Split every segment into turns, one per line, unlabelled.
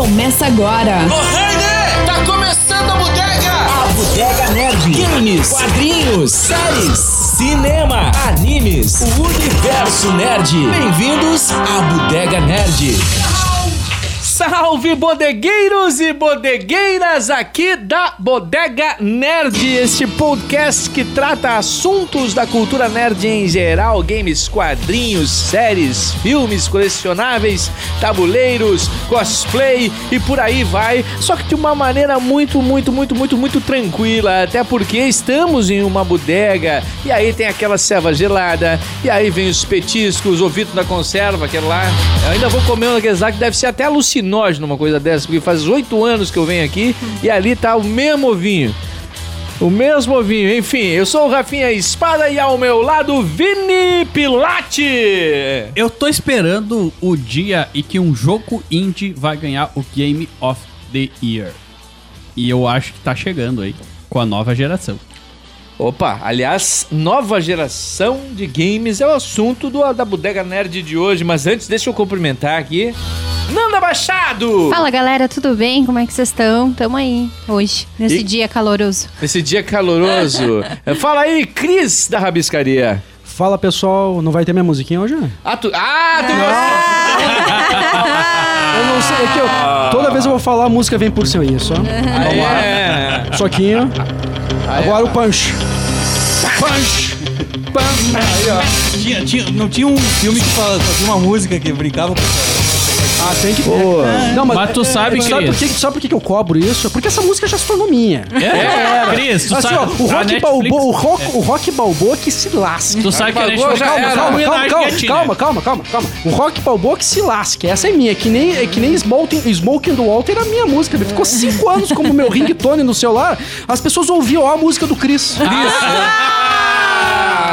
Começa agora.
Ô, Heine! Tá começando a bodega!
A Bodega Nerd. Games, quadrinhos, séries, cinema, animes, o universo nerd. Bem-vindos à Bodega Nerd.
Salve bodegueiros e bodegueiras aqui da Bodega Nerd, este podcast que trata assuntos da cultura nerd em geral, games, quadrinhos, séries, filmes, colecionáveis, tabuleiros, cosplay e por aí vai, só que de uma maneira muito, muito, muito, muito, muito tranquila, até porque estamos em uma bodega e aí tem aquela ceva gelada, e aí vem os petiscos, o ovito da conserva, aquele lá. Eu ainda vou comer um daqueles lá que deve ser até alucinógeno uma coisa dessa, porque faz oito anos que eu venho aqui e ali tá o mesmo ovinho. O mesmo ovinho, enfim, eu sou o Rafinha Espada e ao meu lado Vini Pilate.
Eu tô esperando o dia em que um jogo indie vai ganhar o Game of the Year. E eu acho que tá chegando aí, com a nova geração.
Opa, aliás, nova geração de games é o assunto do- da Bodega Nerd de hoje, mas antes deixa eu cumprimentar aqui Nanda Machado!
Fala galera, tudo bem? Como é que vocês estão? Tamo aí hoje, nesse
E-
dia caloroso.
Nesse dia caloroso. Fala aí, Cris da Rabiscaria.
Fala pessoal, não vai ter minha musiquinha hoje? né?
Ah, tu, ah, tu gosta-
Ah.
Eu não sei, é que eu, toda vez eu vou falar, a música vem por cima aí, só. um
Ah,
É.
Soquinho. Agora o punch.
Tinha, tinha- não tinha um filme que falava, só tinha uma música que brincava com
Ah, tem que ter. Não,
Mas tu sabe,
que é, sabe
Cris.
por, que, sabe por que que eu cobro isso? Porque essa música já se tornou minha.
É, Cris, tu
Assim, ó,
sabe,
o
a
rock
Netflix-
balboa, o rock, o rock balboa que se lasque.
Tu sabe que a
Pagou,
Netflix...
já
Calma,
era.
calma, calma,
Homenagem
calma,
a ti, né?
calma, calma, calma, calma. O rock balboa que se lasque. Essa é minha, que nem, é que nem Smoking, Smoking do Walter era a minha música. Ficou cinco anos como meu ringtone no celular. As pessoas ouviam ó, a música do Chris.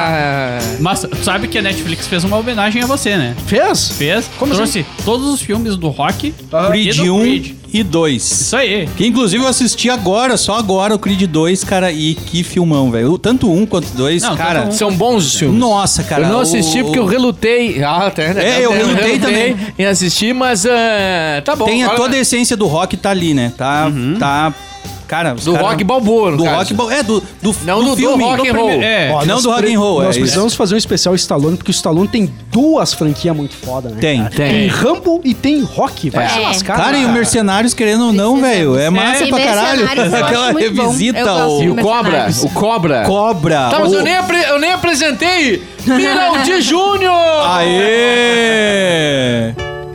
Ah,
Mas tu sabe que a Netflix fez uma homenagem a você, né?
Fez?
Fez,
Como assim?
trouxe todos os filmes do rock
Ah,
o
e
Creed
do
1
Creed.
um.
e 2.
Isso aí.
Que inclusive eu assisti agora, só agora, o Creed 2, cara, e que filmão, velho. O- Tanto um quanto dois,
Não,
cara.
tanto
são bons os filmes.
Nossa, cara.
um. eu não
o-
assisti porque eu relutei. Ah, tá,
É, eu relutei também.
em assistir, mas ah, tá bom.
Tem a
Olha,
toda a essência do rock tá ali, né? Tá. tá cara, os
Uhum. Do
cara-
rock balboa, no
Do
caso.
rock balboa. É, do, do,
Não do, do
filme.
rock and roll.
Primeiro- É,
Ó, não do rock and roll,
Nós
é isso.
precisamos fazer um especial Stallone, porque o Stallone tem duas franquias muito foda, né?
Tem.
Ah,
cara? Tem Rambo e tem Rock. Vai
É.
se lascar.
Cara, e o
cara.
Mercenários, querendo ou não, velho, é massa
E
pra caralho.
Mercenários eu acho
Aquela
muito bom. Eu
revisita
gosto
ao
E
muito.
o Cobra? O Cobra?
Cobra.
Tá, mas
o-
eu nem, apre- eu nem apresentei. Miraldi Júnior!
Aê!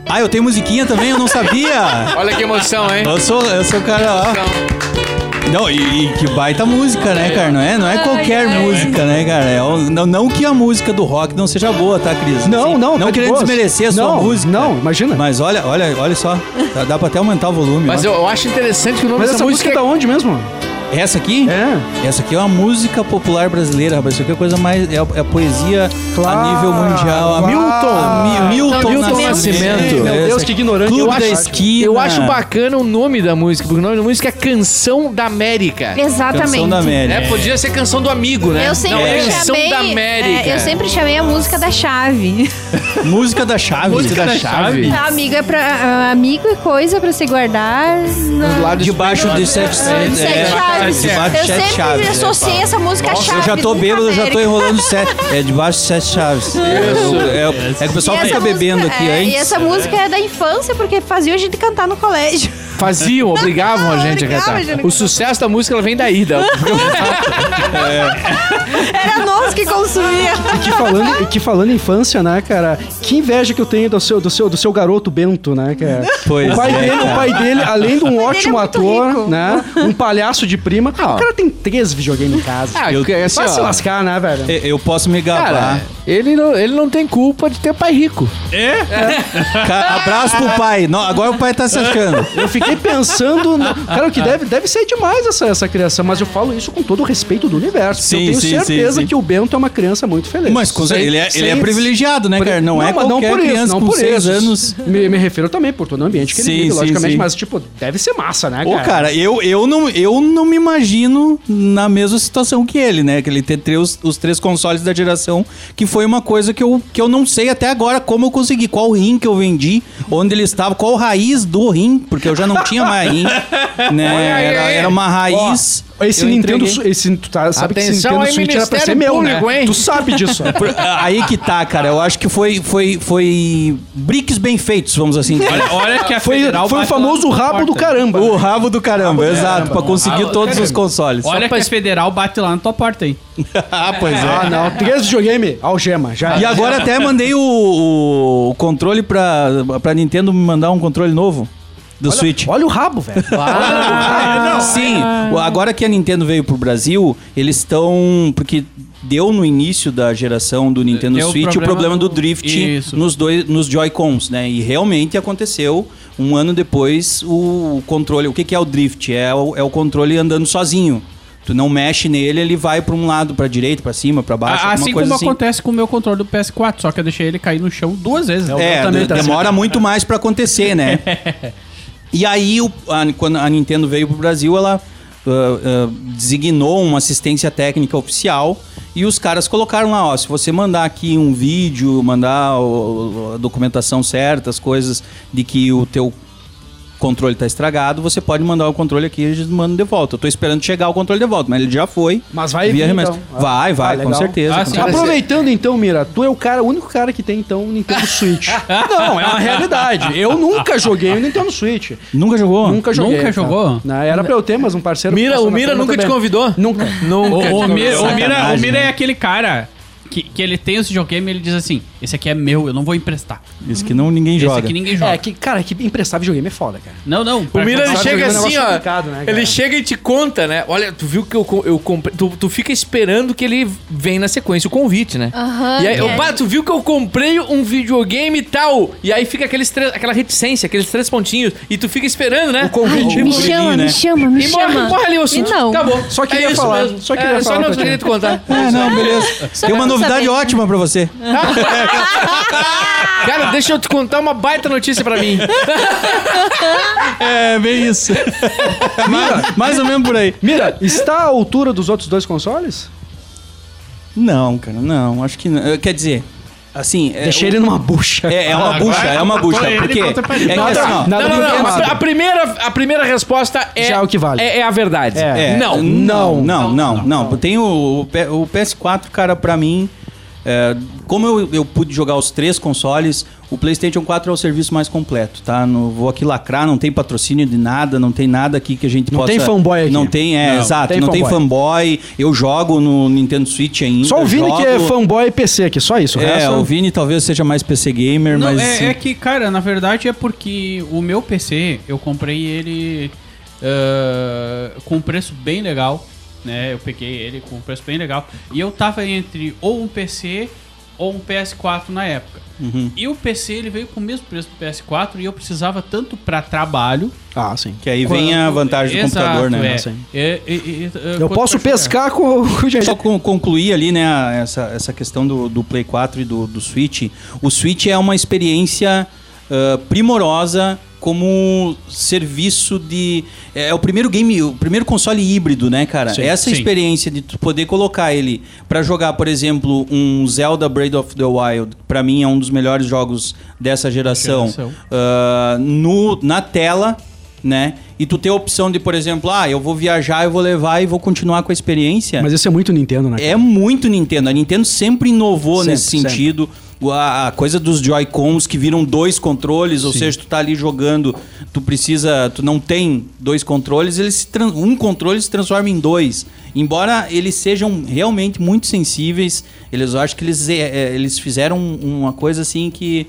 Ah, eu tenho musiquinha também, eu não sabia!
Olha que emoção, hein?
Eu sou, eu sou o cara lá. Não, e, e que baita música, né, cara? Não é, não é qualquer música, né, cara? É um- não, não que a música do rock não seja boa, tá, Cris?
Não, não, tá
Não
de
querendo
boas.
desmerecer a sua
Não,
música.
não, imagina.
Mas olha, olha, olha só. Dá, dá pra até aumentar o volume.
Mas
ó.
eu, eu acho interessante que o nome
Mas
dessa
essa música é
música
da onde mesmo?
Essa aqui?
É.
Essa aqui é uma música popular brasileira, rapaz. Isso aqui é coisa mais. É, é poesia a
Claro.
nível mundial. A
Milton.
A Mi- Milton,
Milton Nascimento.
Meu Deus,
Essa
que ignorante.
Clube
Eu
da
acho-
esquina.
Eu acho bacana o nome da música, porque o nome da música é Canção da América.
Exatamente.
Canção da América.
É, podia ser Canção do Amigo, né?
Eu sempre
Não, é Canção
chamei.
da América.
é, eu sempre chamei a música da chave.
Música da chave.
Música da chave.
A amiga é pra. a- amigo é coisa pra se guardar. Na...
Debaixo de sete,
de sete
é,
chaves.
Debaixo de
Eu
sete
sempre
chaves.
associei essa música à chave.
Eu já tô
nunca
bêbado, eu já tô
América.
enrolando sete. É debaixo de sete chaves. É, é, é que o pessoal
E
fica
essa
bebendo
música-
aqui,
é,
hein?
E essa música é da infância, porque fazia a gente cantar no colégio.
Faziam, obrigavam a gente a
Obrigava a gente a
cantar.
cantar.
O sucesso da música ela vem daí, da
Era nós que consumia.
E que falando, e que falando em infância, né, cara? Que inveja que eu tenho do seu, do seu, do seu garoto Bento, né, cara?
Pois
o pai
é,
dele, o
cara.
pai dele, além de um
é
ótimo
muito
ator,
rico.
né? Um palhaço de prima.
Ah.
O cara tem três videogames em casa.
Ah, eu,
é
assim,
Vai se
ó,
lascar, né, velho?
Eu- Eu posso me gabar.
Cara, ele não, ele não tem culpa de ter pai rico.
Cara, abraço pro pai. Não, agora o pai tá se achando.
Eu fiquei pensando. No... Cara, o que deve, deve ser demais essa, essa criação, mas eu falo isso com todo o respeito do universo. porque
Sim,
eu tenho
sim,
certeza
sim, sim.
que o Bento é uma criança muito feliz.
Mas com certeza,
Sem-
ele, é, ele é
sem-
privilegiado, né, cara? Não, é
mas
qualquer criança com seis anos.
Me, me refiro também por todo o ambiente que
Sim,
ele vive,
sim,
logicamente,
sim.
mas, tipo, deve ser massa, né,
Ô,
cara?
cara, eu, eu, não, eu não me imagino na mesma situação que ele, né? Que ele ter três- os, três consoles da geração, que foi uma coisa que eu, que eu não sei até agora como eu consegui, qual rim que eu vendi, onde ele estava, qual raiz do rim, porque eu já não não tinha marinho, né? Era, era uma raiz.
Esse
Eu
Nintendo,
entreguei.
Su- esse, tu tá, sabe que esse
Atenção
Nintendo
aí,
Switch era pra ser
Ministério
meu,
Público,
né?
hein?
Tu sabe disso. né?
Por- Aí que tá, cara. Eu acho que foi, foi, foi briques bem feitos, vamos assim dizer.
Olha, olha que a
Foi,
federal
foi o
bate lá
famoso
na
rabo do
porta.
caramba.
O rabo do caramba, exato, pra conseguir
Rabo do
todos os
caramba.
consoles.
Olha que a federal bate lá na tua porta aí.
Ah, pois é.
Ah, não. Três videogame, algema, já.
E agora até mandei o, o- o controle pra, pra Nintendo me mandar um controle novo do Switch.
Olha o rabo, velho.
Ah, Sim, o- agora que a Nintendo veio pro Brasil, eles estão. Porque deu no início da geração do Nintendo
Deu o
Switch o
problema
problema do,
do-
drift
Isso.
nos, dois, nos Joy-Cons, né? E realmente aconteceu. Um ano depois, o controle. O que, que é o drift? É o, é o controle andando sozinho. Tu não mexe nele, ele vai pra um lado, pra direita, pra cima, pra baixo,
A-
alguma
assim
coisa
como
assim.
acontece com o meu controle do PS4, só que eu deixei ele cair no chão duas vezes.
É,
também
de-
tá certo.
demora muito mais pra acontecer, né? e aí, o- a- quando a Nintendo veio pro Brasil, ela ah, ah, designou uma assistência técnica oficial e os caras colocaram lá, ó, se você mandar aqui um vídeo, mandar o- o- a documentação certa, as coisas de que o teu controle tá estragado, você pode mandar o controle aqui e eles mandam de volta. Eu tô esperando chegar o controle de volta, mas ele já foi.
Mas vai vir,
via remessa.
então.
Vai,
Ah,
vai, com
legal.
certeza.
Ah,
com
sim.
certeza.
Aproveitando então, Mira, tu é o cara, o único cara que tem então o Nintendo Switch. não, é uma realidade. Eu nunca joguei o Nintendo Switch.
Nunca jogou?
Nunca joguei.
Nunca
tá?
jogou?
Não, era pra eu ter, mas um parceiro.
Mira,
passou
o
na
Mira
perna
nunca te
também.
convidou?
Nunca.
O,
Nunca.
o, Mira, o, Mira, o
Sacanagem,
Mira
né?
é aquele cara que, que ele tem esse videogame e ele diz assim: esse aqui é meu, eu não vou emprestar.
Isso que não ninguém
Esse
joga.
aqui ninguém joga.
É, que, cara, que emprestar videogame é foda, cara.
Não, não.
O Mira ele
Sabe,
chega
é um
assim,
negócio
ó.
complicado, né, cara?
ele chega e te conta, né? Olha, tu viu que eu, com- eu comprei. Tu, tu fica esperando que ele vem na sequência o convite, né?
Aham,
e aí,
e
eu,
aí?
"Bah, tu viu que eu comprei um videogame e tal. E aí fica aqueles três- aquela reticência, aqueles três pontininhos. E tu fica esperando, né?
convite.
Me chama,
né?
me chama, me
E morre,
chama.
morre ali o assunto.
E não.
Acabou.
Só queria
é isso
falar,
Mesmo.
só queria
é,
falar
Só não
pra ti.
queria te contar.
É, não, beleza.
Só
Tem uma
pra
novidade
saber.
ótima pra você.
Cara, deixa eu te contar uma baita notícia pra mim.
É, bem isso. mais, mais ou menos por aí.
Mira, está à altura dos outros dois consoles?
Não, cara, não. Acho que não. Eh, Quer dizer, assim... É,
Deixei
o-
ele numa bucha.
É, é uma bucha, é uma bucha.
ele
Porque
conta pra ele.
é que assim, ó...
nada
Não, não, não.
nada.
A, a primeira, a primeira resposta é.
Já é o que vale.
É, é a verdade.
É.
Não.
não, não, não, não. Tem o, o P- o PS4, cara, pra mim... é, como eu, eu pude jogar os três consoles, o PlayStation 4 é o serviço mais completo, tá? Não vou aqui lacrar, não tem patrocínio de nada, não tem nada aqui que a gente
Não
possa...
tem fanboy aqui.
Não tem, é,
Não,
exato.
tem
não tem fanboy. Eu jogo no Nintendo Switch ainda.
Só o Vini que é
jogo-
fanboy PC aqui, só isso. O
É,
resto-
o Vini talvez seja mais PC gamer,
Não,
mas.
é,
assim,
é que, cara, na verdade é porque o meu PC, eu comprei ele ah, com um preço bem legal, né? Eu peguei ele com um preço bem legal. E eu tava entre ou um PC ou um PS4 na época.
Uhum.
E o PC, ele veio com o mesmo preço do PS4 e eu precisava tanto pra trabalho...
Ah, sim.
Que aí vem a
quanto-
vantagem do
Exato,
computador, né?
é.
Sim.
É, e- e- e-
Eu
quanto
posso
pra jogar.
pescar com o
Só con- concluir ali, né, a- essa, essa questão do, do Play 4 e do, do Switch. O Switch é uma experiência ah, primorosa como serviço de. É, é o primeiro game, o primeiro console híbrido, né, cara? essa
sim.
experiência de tu poder colocar ele pra jogar, por exemplo, um Zelda Breath of the Wild, que pra mim é um dos melhores jogos dessa geração,
Geração.
ah, no, na tela, né? E tu ter a opção de, por exemplo, ah, eu vou viajar, eu vou levar e vou continuar com a experiência.
Mas isso é muito Nintendo, né?
É muito Nintendo. A Nintendo sempre inovou
Sempre,
nesse
sempre.
sentido. O- A, a coisa dos Joy-Cons que viram dois controles, ou seja, tu tá ali jogando, tu precisa, tu não tem dois controles, eles se tran- um controle se transforma em dois. Embora eles sejam realmente muito sensíveis, eles eu acho que eles, é, é, eles fizeram uma coisa assim que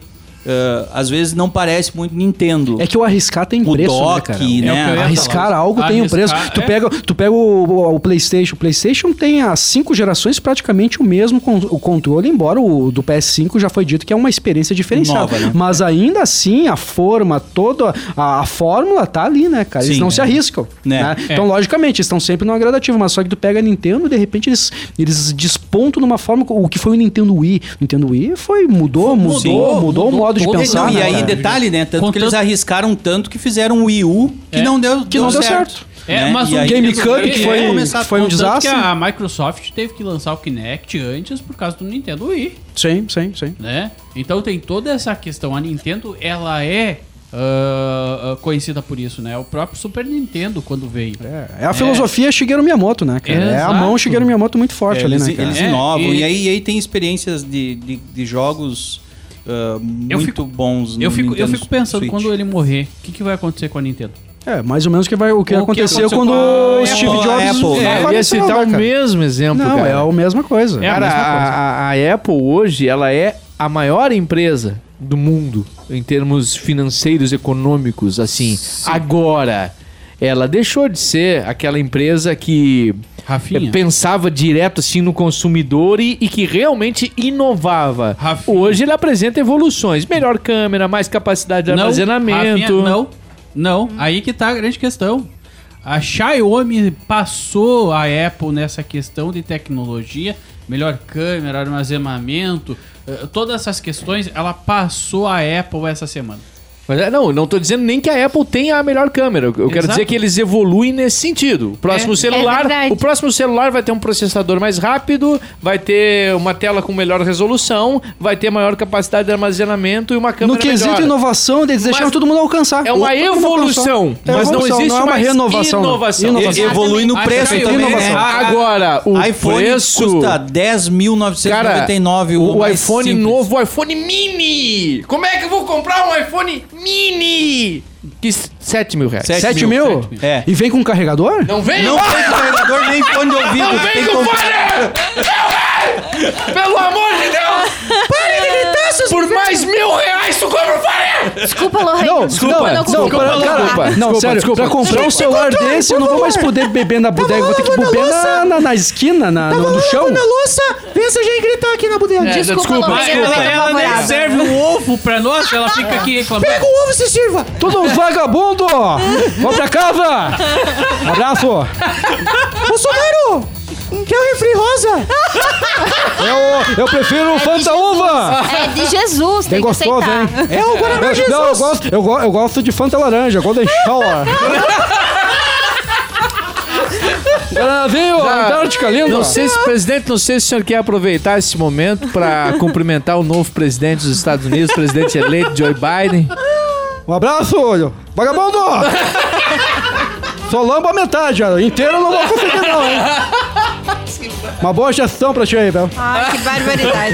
eh, às vezes não parece muito Nintendo.
É que o arriscar tem
O
preço, né,
dock,
cara?
né?
É o que eu ia
Arriscar
falar.
algo tem um preço.
Arriscar,
Tu
é.
pega, tu pega o, o- o PlayStation. O PlayStation tem há cinco gerações praticamente o mesmo con- o controle, embora o do PS5 já foi dito que é uma experiência diferenciada.
Nova, né?
Mas ainda assim, a forma toda, a, a fórmula tá ali, né, cara? Eles
Sim,
não
é.
se arriscam.
Né?
né?
É.
Então, logicamente, eles estão sempre no agradativo. Mas só que tu pega a Nintendo, de repente eles, eles despontam numa forma. O que foi o Nintendo Wii? O Nintendo Wii foi, mudou, mudou,
sim.
mudou, o
Mudou
modo de
todo.
pensar.
Não, e
né,
aí,
cara?
detalhe, né? Tanto
Com
que eles
tanto-
arriscaram tanto que fizeram o Wii U que
É.
não deu,
Que não deu certo.
É, mas
E
o
aí
Game
eles-
GameCube, Cup, que
é,
foi-
começar-
que foi um
Contanto
desastre.
que a Microsoft teve que lançar o Kinect antes por causa do Nintendo Wii,
Sim, sim, sim.
né? Então tem toda essa questão. A Nintendo, ela é ah, ah, conhecida por isso, né? O próprio Super Nintendo, quando veio.
É, é a filosofia Shigeru Miyamoto, né, cara? É a
Exato.
mão Shigeru Miyamoto muito forte ali,
eles
né, cara?
eles
É,
inovam.
e-
E, aí, e aí tem experiências de, de, de jogos ah, muito
fico-
bons no
Eu fico, eu
Nintendo
fico pensando,
Switch.
quando ele morrer, o que, que vai acontecer com a Nintendo?
É, mais ou menos que vai, o que
O que
aconteceu
aconteceu
quando
com a
o Steve
Apple,
Jobs
a Apple, né?
É, eu ia
faleceu,
citar
né,
o
cara?
mesmo exemplo,
Não,
cara.
é a mesma coisa.
É a
Cara,
mesma coisa.
a, a- a Apple hoje, ela é a maior empresa do mundo em termos financeiros, econômicos, assim. Agora, ela deixou de ser aquela empresa que
É
Rafinha?
eh, pensava direto assim no consumidor e, e que realmente inovava.
Rafinha.
Hoje ele apresenta evoluções, melhor câmera, mais capacidade de armazenamento.
Rafinha, não, não. Aí que tá a grande questão. A Xiaomi passou a Apple nessa questão de tecnologia, melhor câmera, armazenamento, eh, todas essas questões, ela passou a Apple essa semana.
Mas, é, não, não tô dizendo nem que a Apple tenha a melhor câmera. Eu eu quero
Exato.
dizer que eles evoluem nesse sentido. O próximo
É.
É
celular,
verdade.
o próximo celular vai ter um processador mais rápido, vai ter uma tela com melhor resolução, vai ter maior capacidade de armazenamento e uma câmera
No quesito
melhor.
inovação, eles deixaram
Mas
todo mundo alcançar.
É uma
Todo mundo
evolução,
alcançou. É
mas não
evolução,
existe
é uma
mais
renovação. não.
inovação.
E- Evolui no
A
preço
Xiaomi-
também, né?
Inovação.
A- a-
Agora, o
iPhone
preço...
custa 10.999
Cara, o,
mais
iPhone
simples.
novo, o iPhone mini. Como é que eu vou comprar um iPhone mini? Que s- 7 mil reais.
Sete
7 mil?
sete mil. É.
E vem com um carregador?
Não vem?
Não tem carregador nem fone de ouvido.
Não
tu tem
vem
que
com
comprar.
falha! Não vem! Pelo amor de Deus! Pare de gritar, seus Por mais mil reais tu compra um o falha!
Desculpa, Lorraine.
Não, não,
não,
não,
desculpa,
para- cara,
desculpa.
não,
desculpa,
sério,
desculpa,
pra comprar um celular desse, eu não vou mais poder beber na bodega, vou ter que beber na, na, na esquina, na, no, no chão.
desculpa,
Desculpa, Lorraine, eu
Ela,
tô
ela nem
apavorada.
serve um ovo pra nós, ela fica aqui reclamando.
Todo um vagabundo! Vamos pra cava! Abraço! Bolsonaro! Quer o refri rosa? Eu, eu prefiro o Fanta Uva!
É de Jesus, tem
Bem
que
gostoso,
aceitar.
hein? É o Guaraná Jesus! Não, eu gosto, eu, go- eu gosto de Fanta Laranja, Golden Shower. Guaranavinho, Antártica, lindo!
Não sei se, presidente, não sei se o senhor quer aproveitar esse momento pra cumprimentar o novo presidente dos Estados Unidos, presidente eleito Joe Biden.
Um abraço, olho. Vagabundo! Só lamba a metade, ó. inteiro eu não vou conseguir não, hein? Uma boa gestão pra ti aí, Bel.
Ai, que barbaridade.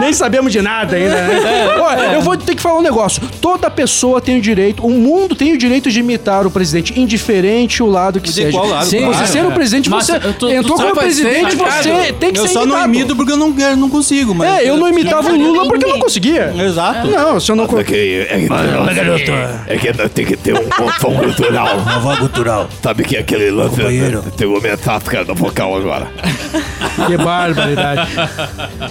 Nem sabemos de nada ainda,
É.
né? Olha, eu vou ter que falar um negócio. Toda pessoa tem o direito, o mundo tem o direito de imitar o presidente, indiferente o lado que
De
seja.
qual lado,
Sim,
claro,
você ser o
cara.
presidente,
Mas
você
eu tô- tu
entrou como
sabe,
presidente,
sei, cara.
você tem que
Eu
ser
só não
imitado.
imito porque eu não, eu não consigo, mas...
tá É, eu não imitava o Lula porque eu não conseguia.
Exato.
Não, se eu não...
É que, é, que, é que ainda tem que ter um confão cultural.
Nova cultural.
Sabe que é aquele lance?
Companheiro.
Tem uma metáfora da vocal agora.
Que barbaridade.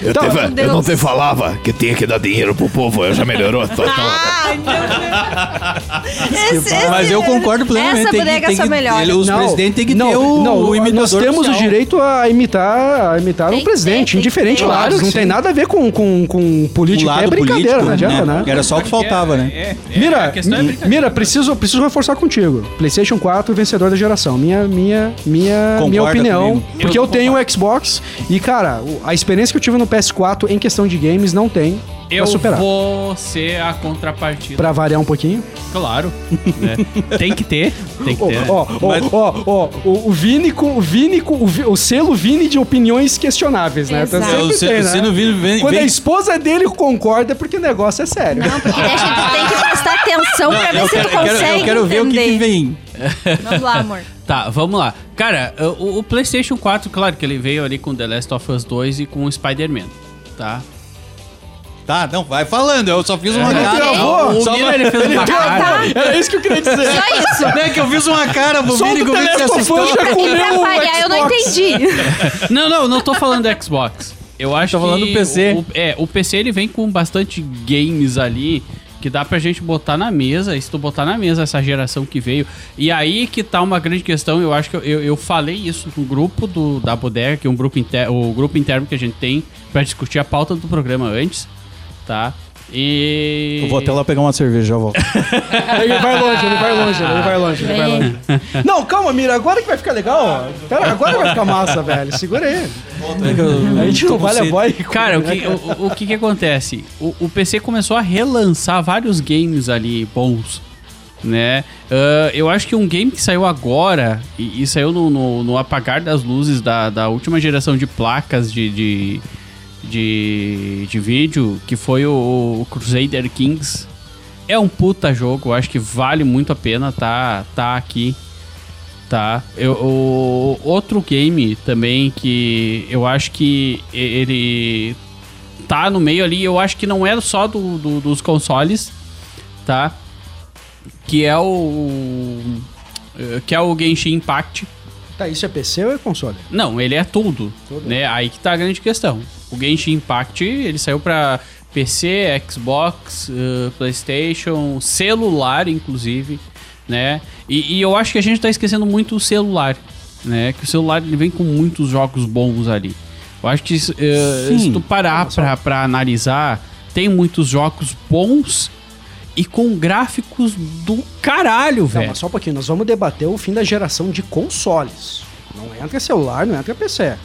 Eu,
Tá.
teve-
Meu
eu não te falava que tinha que dar dinheiro pro povo, eu já melhorou. Tô, tô.
Ai, meu Deus. Esse- é esse-
Mas eu concordo plenamente.
Essa
tem que-
bodega
tem
é só
que-
melhor.
ele- os
Não,
presidentes têm que
não,
ter o,
não,
o imitador
Nós temos o
oficial.
direito a imitar, a imitar
Tem
o
que
presidente,
ter, tem
indiferente
que ter.
lá.
Claro que
não
sim.
tem nada a ver com, com, com
O
política.
Um lado
é brincadeira,
político,
não adianta, né?
Era só o que faltava, né?
É, é, a
Mira,
questão é
mi-
brincadeira.
mira, preciso, preciso reforçar contigo. PlayStation 4, vencedor da geração. Minha, minha, minha,
Concorda
minha opinião.
comigo.
Porque eu, tenho o Xbox e, cara, o- a experiência que eu tive no PS4 em questão de games não tem pra
Eu
superar.
vou ser a contrapartida.
Pra variar um pouquinho.
Claro. né? Tem que ter. Tem que
Ó,
ter. né?
ó, ó,
Mas-
ó, ó, o, o Vini com o Vini com o, vi- o selo Vini de opiniões questionáveis, né? Tá
Exato.
sempre
Eu, se,
tem,
se
né?
não vir, vem,
Quando a
vem
esposa dele concorda, é porque o negócio é sério.
Não, porque daí a gente tem que prestar atenção pra ver
eu
se
quero,
tu
eu quero- eu
consegue
quero ver o que, que
entender.
vem.
Vamos lá, amor.
Tá, vamos lá. Cara, eh, o, o PlayStation 4, claro que ele veio ali com The Last of Us 2 e com o Spider-Man, tá?
Tá, não, vai falando. Eu só fiz
É.
uma cara.
travou.
Só
O Miller, ele fez
Ah, tá.
uma
Ah,
cara.
Era isso que eu queria dizer.
Só isso.
É que eu fiz uma cara, pro
Solta
Vini,
o
como é que você
telefone,
assustou?
Então já
E pra
um
comeu
variar, eu não entendi.
Não, não, não tô falando do Xbox. Eu acho
Tô falando
que
do PC.
O, o- é, o PC ele vem com bastante games ali que dá pra gente botar na mesa. E se tu botar na mesa essa geração que veio. E aí que tá uma grande questão. Eu acho que eu, eu, eu falei isso no grupo do, da Bodega, que é um grupo inter, o grupo interno que a gente tem pra discutir a pauta do programa antes, tá? E.
Eu vou até lá pegar uma cerveja, já volto.
Ele vai longe, ele vai longe, ele vai longe, ele vai
Vem.
longe. Não, calma, Mira, agora que vai ficar legal. Pera, agora vai ficar massa, velho. Segura aí. A gente não vale a boy.
Então Cara, o que, o, o que que acontece? O, o PC começou a relançar vários games ali bons, né? Ah, eu acho que um game que saiu agora, e, e saiu no, no- no apagar das luzes da, da última geração de placas de, de, de, de vídeo, que foi o, o Crusader Kings. É um puta jogo, eu acho que vale muito a pena tá, tá aqui. Tá. Eu, o- outro game também que eu acho que e- ele tá no meio ali, eu acho que não é só do, do- dos consoles, tá? Que é o. eh, Que é o Genshin Impact.
Tá, isso é PC ou é console?
Não, ele é tudo, né? Aí que tá a grande questão. O Genshin Impact, ele saiu pra PC, Xbox, eh, PlayStation, celular, inclusive, né? E, e eu acho que a gente tá esquecendo muito o celular, né? Que o celular, ele vem com muitos jogos bons ali. Eu acho que isso, eh,
Sim.
se tu parar pra, pra analisar, tem muitos jogos bons e com gráficos do caralho,
Não,
velho.
mas só um pouquinho. Nós vamos debater o fim da geração de consoles. Não entra celular, não entra PC.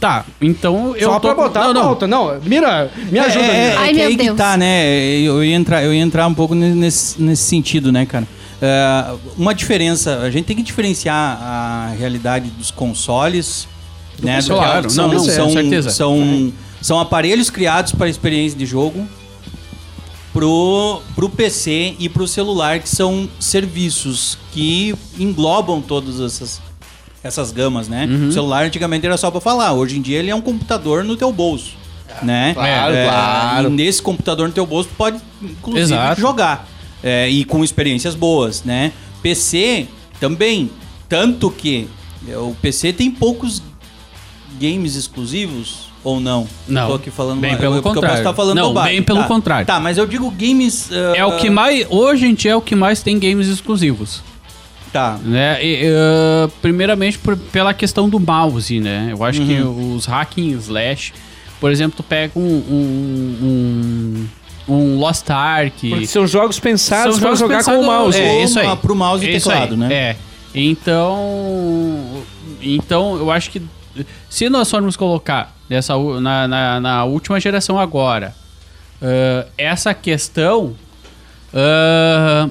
Tá, então eu
só
tô...
pra botar
não,
a
não,
pauta. Não, Mira, me ajuda.
É, é, é
Mira.
Ai,
que
meu
aí que
Deus.
tá, né? Eu ia entrar, eu ia entrar um pouco ne- nesse, nesse sentido, né, cara? É, uma diferença, a gente tem que diferenciar a realidade dos consoles, né?
PC,
do que a-
claro.
são,
Não, não,
são,
com certeza.
são, são aparelhos criados para experiência de jogo pro, pro PC e pro celular, que são serviços que englobam todas essas, essas gamas, né?
Uhum.
O celular antigamente era só pra falar, hoje em dia ele é um computador no teu bolso, né?
claro, claro.
e nesse computador no teu bolso tu pode, inclusive,
Exato.
jogar. É, e com experiências boas, né? PC também, tanto que é, o PC tem poucos games exclusivos ou não?
Não.
Tô aqui falando
Bem
eu-
pelo
eu- porque Eu
contrário.
posso estar falando
Não,
bobagem.
bem pelo
Tá.
contrário.
Tá, mas eu digo games. ah,
É o que mais. Hoje em dia é o que mais tem games exclusivos.
Tá.
Né? E, eh, primeiramente por- pela questão do mouse, né? Eu acho que os hacking slash, por exemplo, tu pega um. um, um, um Lost Ark.
Porque são jogos pensados
São
pra
jogos
jogar com o
pensados-
mouse.
É, isso aí.
Uma Pro mouse e
Isso
teclado,
aí,
né?
É. Então. Então, eu acho que se nós formos colocar nessa, u- na, na, na última geração agora, ah, essa questão. ah,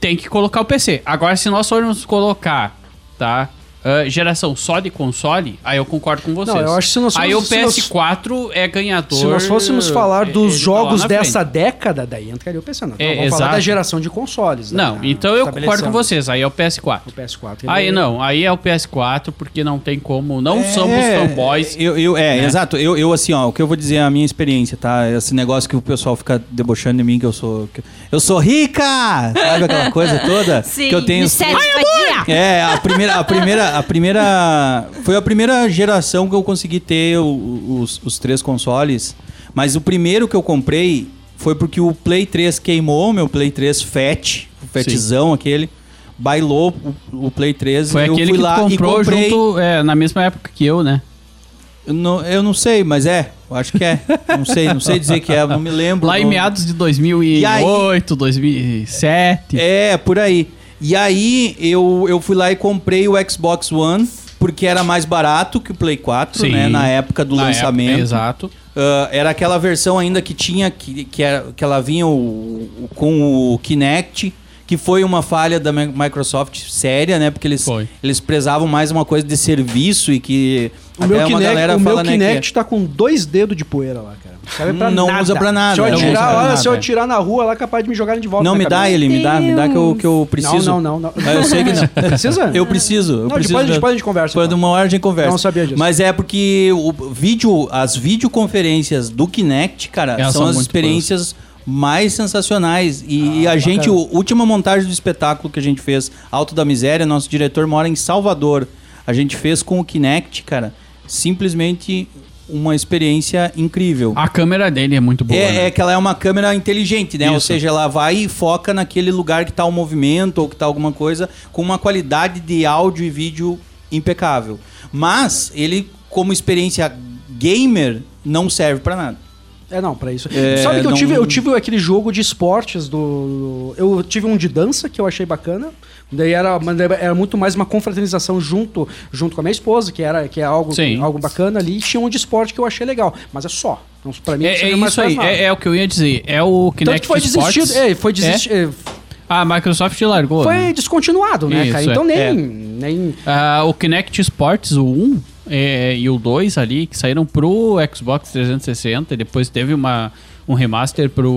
tem que colocar o PC. Agora, se nós formos colocar, tá? ah, geração só de console, aí eu concordo com vocês.
eu acho que se nós
aí o
formos- se nós-
PS4 é ganhador.
Se nós fôssemos falar
eh,
dos
ele tá lá
jogos
na frente.
dessa década, daí entraria o PC. Não, Então
É,
vamos falar
exato.
da geração de consoles. né?
Não, então eu concordo com vocês. Aí é o PS4.
O PS4. ele-
Aí não, aí é o PS4, porque não tem como. Não
É,
somos fanboys. né?
Eu, eu- é, exato. Eu, eu, assim, ó, o que eu vou dizer é a minha experiência, tá? Esse negócio que o pessoal fica debochando de mim, que eu sou. que eu sou rica! Sabe aquela coisa toda?
Sim,
que eu tenho.
me serve
Ah,
pra tirar.
É, a primeira, a primeira, a primeira, foi a primeira geração que eu consegui ter o- o- os, os três consoles. Mas o primeiro que eu comprei foi porque o Play 3 queimou, meu Play 3 Fat, o fatzão aquele, bailou o, o Play 3.
Foi
eu
aquele
fui
que
lá
tu comprou
e comprei.
junto é, na mesma época que eu, né?
Eu não, eu não sei, mas é, eu acho que é. Não sei, não sei dizer que é, não me lembro.
Lá em
não-
meados de
E aí?
2008, 2007.
É, por aí. E aí eu, eu fui lá e comprei o Xbox One, porque era mais barato que o Play 4,
Sim.
né? Na época do
Na época,
lançamento.
exato.
Ah, era aquela versão ainda que tinha, que, que, era- que ela vinha o- o- com o Kinect, que foi uma falha da Mi- Microsoft séria, né? Porque eles,
Foi.
eles prezavam mais uma coisa de serviço e que
O meu
até uma
Kinect,
galera
o meu
fala, né, que-
Kinect tá com dois dedos de poeira lá, cara. Não
é
serve pra
Não
nada.
usa pra nada,
Se eu
não
usa
atirar,
pra
olha,
nada,
se eu
é.
atirar na rua, lá é capaz de me jogarem de volta.
né,
Não,
na
me dá
cabeça.
ele, me dá, me dá que eu, que eu preciso.
Não, não, não. não. É,
Ah, Eu sei que não.
Precisa?
Eu preciso. Eu
Não,
preciso
depois, a gente-
da-
depois a gente conversa.
Depois de
então.
uma hora a gente conversa.
Não sabia disso.
Mas é porque o vídeo, as videoconferências do Kinect, cara,
Elas
são,
são
as
muito
experiências mais sensacionais.
Ah,
E a gente, a última montagem do espetáculo que a gente fez, Alto da Miséria, nosso diretor mora em Salvador. A gente fez com o Kinect, cara, simplesmente uma experiência incrível.
A câmera dele é muito boa.
É,
né?
é que ela é uma câmera inteligente, né? Ou
Isso.
seja, ela vai e foca naquele lugar que tá o movimento ou que tá alguma coisa com uma qualidade de áudio e vídeo impecável. Mas ele, como experiência gamer, não serve pra nada.
É, não, pra isso.
É,
Sabe que eu
não-
tive, eu tive aquele jogo de esportes do. Eu tive um de dança que eu achei bacana. Daí era, mas daí era muito mais uma confraternização junto, junto com a minha esposa, que era que é algo,
Sim.
algo bacana ali. E tinha um de esporte que eu achei legal. Mas é só. Então, pra mim, não
É, é
serviu mais
isso
pra
aí,
nada.
é, é o que eu ia dizer. É o
Tanto que
Kinect
foi
Sports.
desistido. É, foi desistido. é,
A Microsoft largou. né?
Foi descontinuado, né,
Isso,
cara?
é.
Então nem.
É.
nem
Ah, o Kinect Sports, o 1 é, e o 2 ali, que saíram pro Xbox 360, e depois teve uma, um remaster pro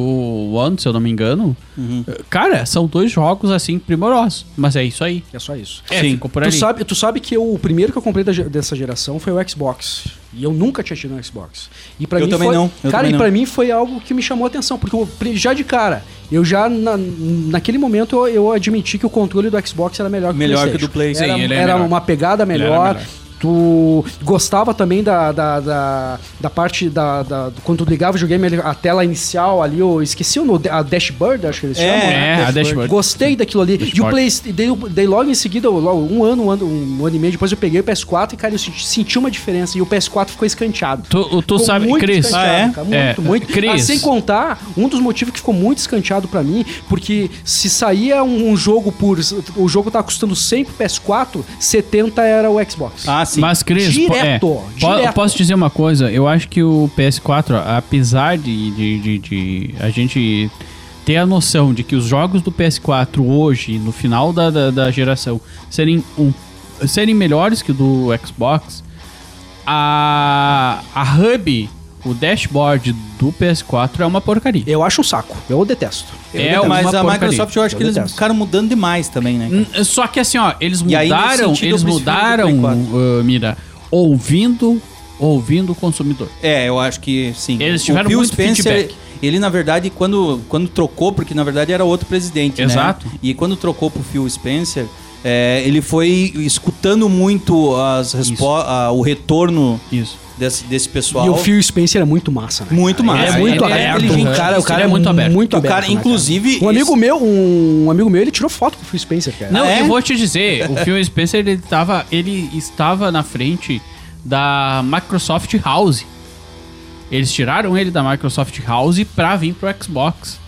One, se eu não me engano.
Uhum.
Cara, são dois jogos, assim, primorosos. Mas é isso aí.
é só isso.
É,
Sim.
ficou por
Tu
ali.
sabe, tu sabe que eu- o primeiro que eu comprei da ge- dessa geração foi o Xbox. E eu nunca tinha tido um Xbox. E para
Eu
mim
também
foi,
não, eu
cara,
também
e
não.
pra mim foi algo que me chamou a atenção, porque eu pri- já de cara, eu já na- naquele momento eu, eu admiti que o controle do Xbox era melhor que
Melhor
o
que o do Play.
PlayStation. Era,
Sim, ele é
era
melhor.
uma pegada
era
melhor.
melhor.
Tu gostava também da, da, da, da parte da, da- do- Quando tu ligava o videogame, ele- a tela inicial ali, eu esqueci o nome, a Dashboard, acho que eles chamam. né?
É, a dashboard.
Gostei daquilo ali. E o
Esporte.
Play, daí, eu- daí logo em seguida, eu- logo um ano, um ano, um ano e meio depois, eu peguei o PS4 e, cara, eu senti, senti uma diferença. E o PS4 ficou escanteado.
Tu, tu
Ficou
sabe,
muito
Cris,
escanteado,
Ah, é?
cara, muito,
É.
muito.
Cris.
Ah, sem contar, um dos motivos que ficou muito escanteado pra mim, porque se saía um, um jogo por. O jogo tá custando 100 pro PS4, 70 era o Xbox.
Ah, sim.
Mas, Cris, po- é,
Direto,
po-
direto.
posso dizer uma coisa? Eu acho que o PS4, apesar de, de, de- de a gente ter a noção de que os jogos do PS4 hoje, no final da, da, da geração, serem, um, serem melhores que o do Xbox, a, a HUB, o dashboard do PS4 é uma porcaria.
Eu acho um saco. Eu detesto. Eu
É,
detesto.
uma
Mas a
porcaria.
Microsoft, eu acho
Eu
que eles
detesto.
ficaram mudando demais também, né? cara?
N- Só que assim, ó, eles
E aí, nesse
mudaram,
sentido,
eles
eu prefiro o do
mudaram,
Play quatro.
uh, mira, ouvindo, ouvindo o consumidor.
É, eu acho que sim.
Eles tiveram
o Phil
muito
Spencer,
feedback.
ele na verdade quando quando trocou, porque na verdade era outro presidente, né?
Exato.
E quando trocou pro Phil Spencer, é, ele foi escutando muito as respo- ah, o retorno
Isso.
desse, desse pessoal.
E o Phil Spencer é muito massa, né?
Muito massa.
é muito
Ele
aberto,
inteligente.
né?
O cara, o cara
Ele
é muito aberto. Muito
O cara,
aberto, né,
inclusive,
Um amigo
isso-
meu, um amigo meu, ele tirou foto com o Phil Spencer, cara.
Não,
Ah, é?
eu vou te dizer, o Phil Spencer ele tava, ele estava na frente da Microsoft House. Eles tiraram ele da Microsoft House pra vir pro Xbox.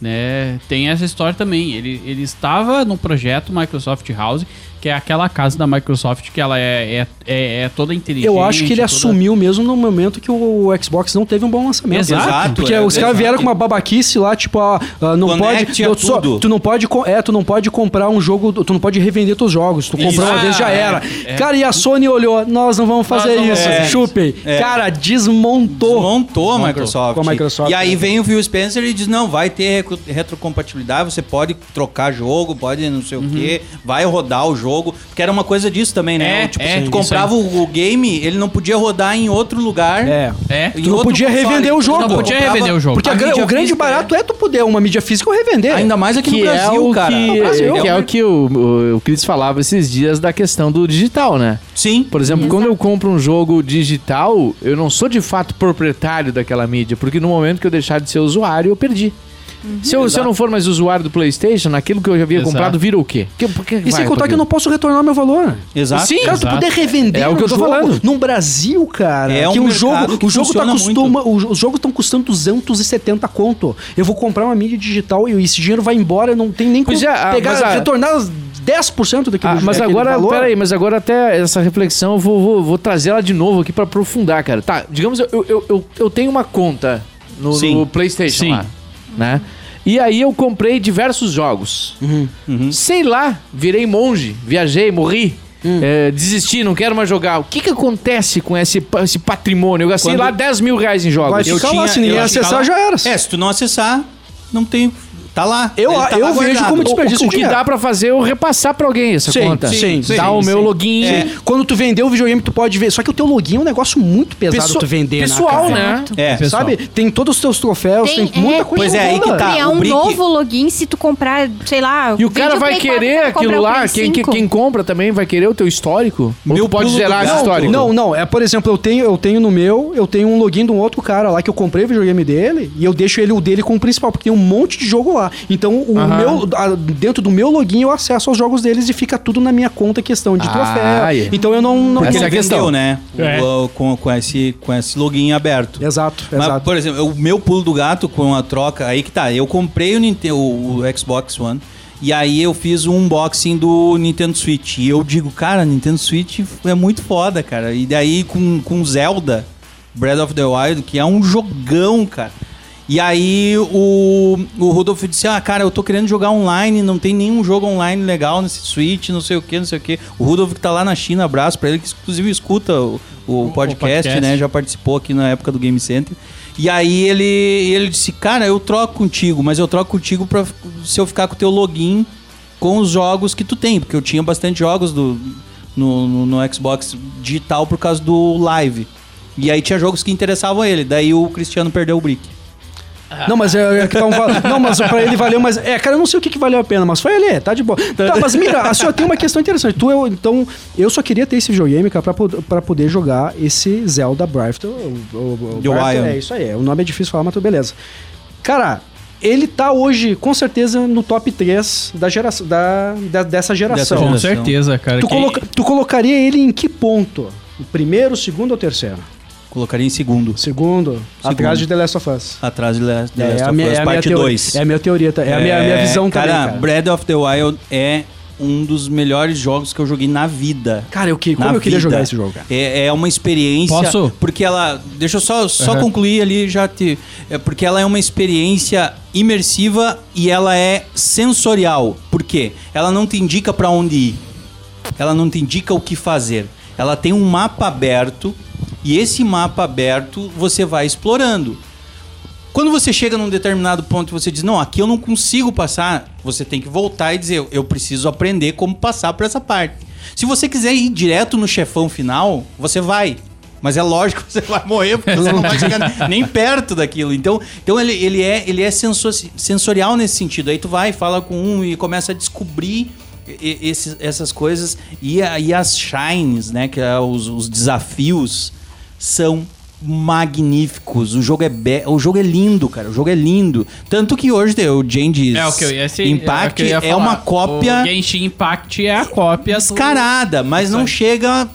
Né? Tem essa história também. Ele, ele estava no projeto Microsoft House, que é aquela casa da Microsoft que ela é, é, é- é toda inteligente.
Eu acho que ele
toda-
assumiu mesmo no momento que o Xbox não teve um bom lançamento.
Exato. Exato,
Porque
é,
os caras
exato.
vieram com uma babaquice lá, tipo, ah, ah, não
Conecte
pode.
a
tu só-
tudo.
tu não pode. co- É, tu não pode comprar um jogo. Tu não pode revender teus jogos. Tu comprou uma
Ah,
vez já
é,
era. Cara, e a Sony olhou, nós não vamos fazer
não vamos
isso.
fazer isso.
Chupem.
É.
Cara, desmontou.
Montou a Microsoft.
Com a Microsoft,
E aí
né?
vem o Phil Spencer e diz: não, vai ter recru- retrocompatibilidade, você pode trocar jogo, pode não
Uhum.
sei o quê, vai rodar o jogo. Porque era uma coisa disso também, né?
É,
tipo,
é,
se tu
isso
comprava o, o game, ele não podia rodar em outro lugar.
É.
É.
em
Tu não
outro
podia
console.
revender o
Tu não
jogo.
podia
comprava-
revender o jogo.
Porque
a
a gra-
mídia
o grande
física,
barato é. tu poder uma mídia física ou revender.
né? Ainda mais aqui
é
no Brasil,
o
cara.
Que,
Brasil.
que é o que o, o, o Cris falava esses dias da questão do digital, né?
Sim.
Por exemplo, quando eu compro um jogo digital, eu não sou de fato proprietário daquela mídia, porque no momento que eu deixar de ser usuário, eu perdi. se, eu, se eu não for mais usuário do PlayStation, aquilo que eu já havia
Exato.
comprado vira o quê? Que, por que
E sem contar que eu não posso retornar meu valor.
Exato.
Sim, cara, tu
Exato.
poder revender
Ah, tá.
um
É o que eu tô
jogo
falando.
num Brasil, cara,
É um
que um
mercado
jogo,
que
o jogo tá
funciona
costuma, o, os jogos estão custando 270 conto. Eu vou comprar uma mídia digital e esse dinheiro vai embora, eu não tem nem como
Pois é, ah,
pegar,
mas a-
retornar os 10% daquele
Ah, mas
daquele
agora,
é valor.
peraí, mas agora até essa reflexão eu vou, vou, vou trazer ela de novo aqui pra aprofundar, cara. Tá, digamos, eu, eu, eu, eu tenho uma conta no,
Sim.
no PlayStation
Sim.
lá, né? E aí eu comprei diversos jogos.
Uhum,
Sei lá, virei monge, viajei, morri.
Hum.
é, desisti, não quero mais jogar. O que que acontece com esse, pa- esse patrimônio? Eu gastei
Quando-
lá 10 mil reais em jogos.
Vai
eu
ficar lá,
tinha-
se ninguém
eu
acessar,
ficava-
já era.
É, se tu não acessar, não tem. Tá lá.
Eu-
Ele tá
eu
lá
vejo
guardado.
como
O-
desperdício
o, o que
de dinheiro.
dá pra fazer é eu repassar pra alguém essa
Sim,
conta.
sim, sim, É.
Dar o
sim,
meu
sim.
login.
Quando tu vender o videogame, tu pode ver. Só que o teu login é um negócio muito pesado
Pesso-
tu vender,
pessoal,
né?
né?
É,
cara? Sabe? Tem todos os teus troféus, tem, muita
é,
coisa.
Pois é, aí que
como
tá,
Criar
o
um
brick-
novo login se tu comprar, sei lá.
E o cara
vende
vai
Play 4
querer
pra comprar
aquilo
o
lá,
Play
quem, quem,
5.
quem compra também vai querer o teu histórico? Ou
Meu
tu pode
pulo
zerar
do
esse
gato.
histórico?
Não, não. É, por exemplo, eu tenho, eu tenho no meu, eu tenho um login de um outro cara lá que eu comprei o videogame dele e eu deixo ele o dele como principal, porque tem um monte de jogo lá. Então, o
Aham.
meu, a- dentro do meu login, eu acesso aos jogos deles e fica tudo na minha conta questão de
Ah,
troféu.
é.
Então eu não. não
Porque ele vendeu, né?
É.
O- o- com, com esse, com esse login aberto.
Exato,
Mas, por exemplo, o meu pulo do gato com a troca, aí que tá. Eu comprei o, Nintendo, o Xbox One e aí eu fiz um unboxing do Nintendo Switch. E eu digo, cara, Nintendo Switch é muito foda, cara. E daí com, com Zelda, Breath of the Wild, que é um jogão, cara. E aí o, o Rodolfo disse, ah, cara, eu tô querendo jogar online, não tem nenhum jogo online legal nesse Switch, não sei o que, não sei o que. O Rodolfo que tá lá na China, abraço pra ele, que inclusive escuta o, o podcast,
podcast.
né? Já participou aqui na época do Game Center. E aí ele, ele disse, cara, eu troco contigo, mas eu troco contigo pra, se eu ficar com o teu login com os jogos que tu tem, porque eu tinha bastante jogos do, no, no- no Xbox digital por causa do live. E aí tinha jogos que interessavam a ele, daí o Cristiano perdeu o brick.
Não, mas é, é que tá um val- Não, mas pra ele valeu, mas. É, cara, eu não sei o que, que valeu a pena, mas foi ele, tá de boa. Tá, mas mira, a senhora tem uma questão interessante. Tu, eu, então, eu só queria ter esse videogame, cara, pra, pod- pra poder jogar esse Zelda Breath. O, o, o-
The
Breath-
Wild.
É isso aí. O nome é difícil falar, mas tudo beleza. Cara. Ele tá hoje, com certeza, no top 3 da geração, da, da- dessa geração.
Com certeza, cara.
Tu,
Quem-
coloca- tu colocaria ele em que ponto? O primeiro, o segundo ou o terceiro?
Colocaria em segundo.
Segundo, atrás de The Last of Us.
Atrás de Le- The
É,
Last
é a
of
minha-
Us,
é a minha
parte
teoria-
2.
é a minha teoria ta- é a minha- a minha visão também, cara.
Cara, Breath of the Wild é um dos melhores jogos que eu joguei na vida.
Cara, eu que, como
Na
eu queria
vida.
jogar esse jogo, cara?
É, é uma experiência.
Posso?
Porque ela. Deixa eu só, só
Aham.
concluir ali, já te. É porque ela é uma experiência imersiva e ela é sensorial. Por quê? Ela não te indica pra onde ir. Ela não te indica o que fazer. Ela tem um mapa aberto e esse mapa aberto você vai explorando. Quando você chega num determinado ponto e você diz, não, aqui eu não consigo passar, você tem que voltar e dizer, "Eu- eu preciso aprender como passar por essa parte. Se você quiser ir direto no chefão final, você vai. Mas é lógico que você vai morrer, porque você não vai chegar nem perto daquilo. Então, então ele, ele é, ele é senso- sensorial nesse sentido. Aí tu vai, fala com um e começa a descobrir e- e- esses- essas coisas. E, a- e as shines, né? Que é os- os desafios são magníficos. O jogo é be- o jogo é lindo, cara. O jogo é lindo. Tanto que hoje tem o Gengis
É o que eu ia se- o que
Impact
eu ia
é,
falar.
uma cópia
O Genshin Impact é a cópia
descarada, mas não chega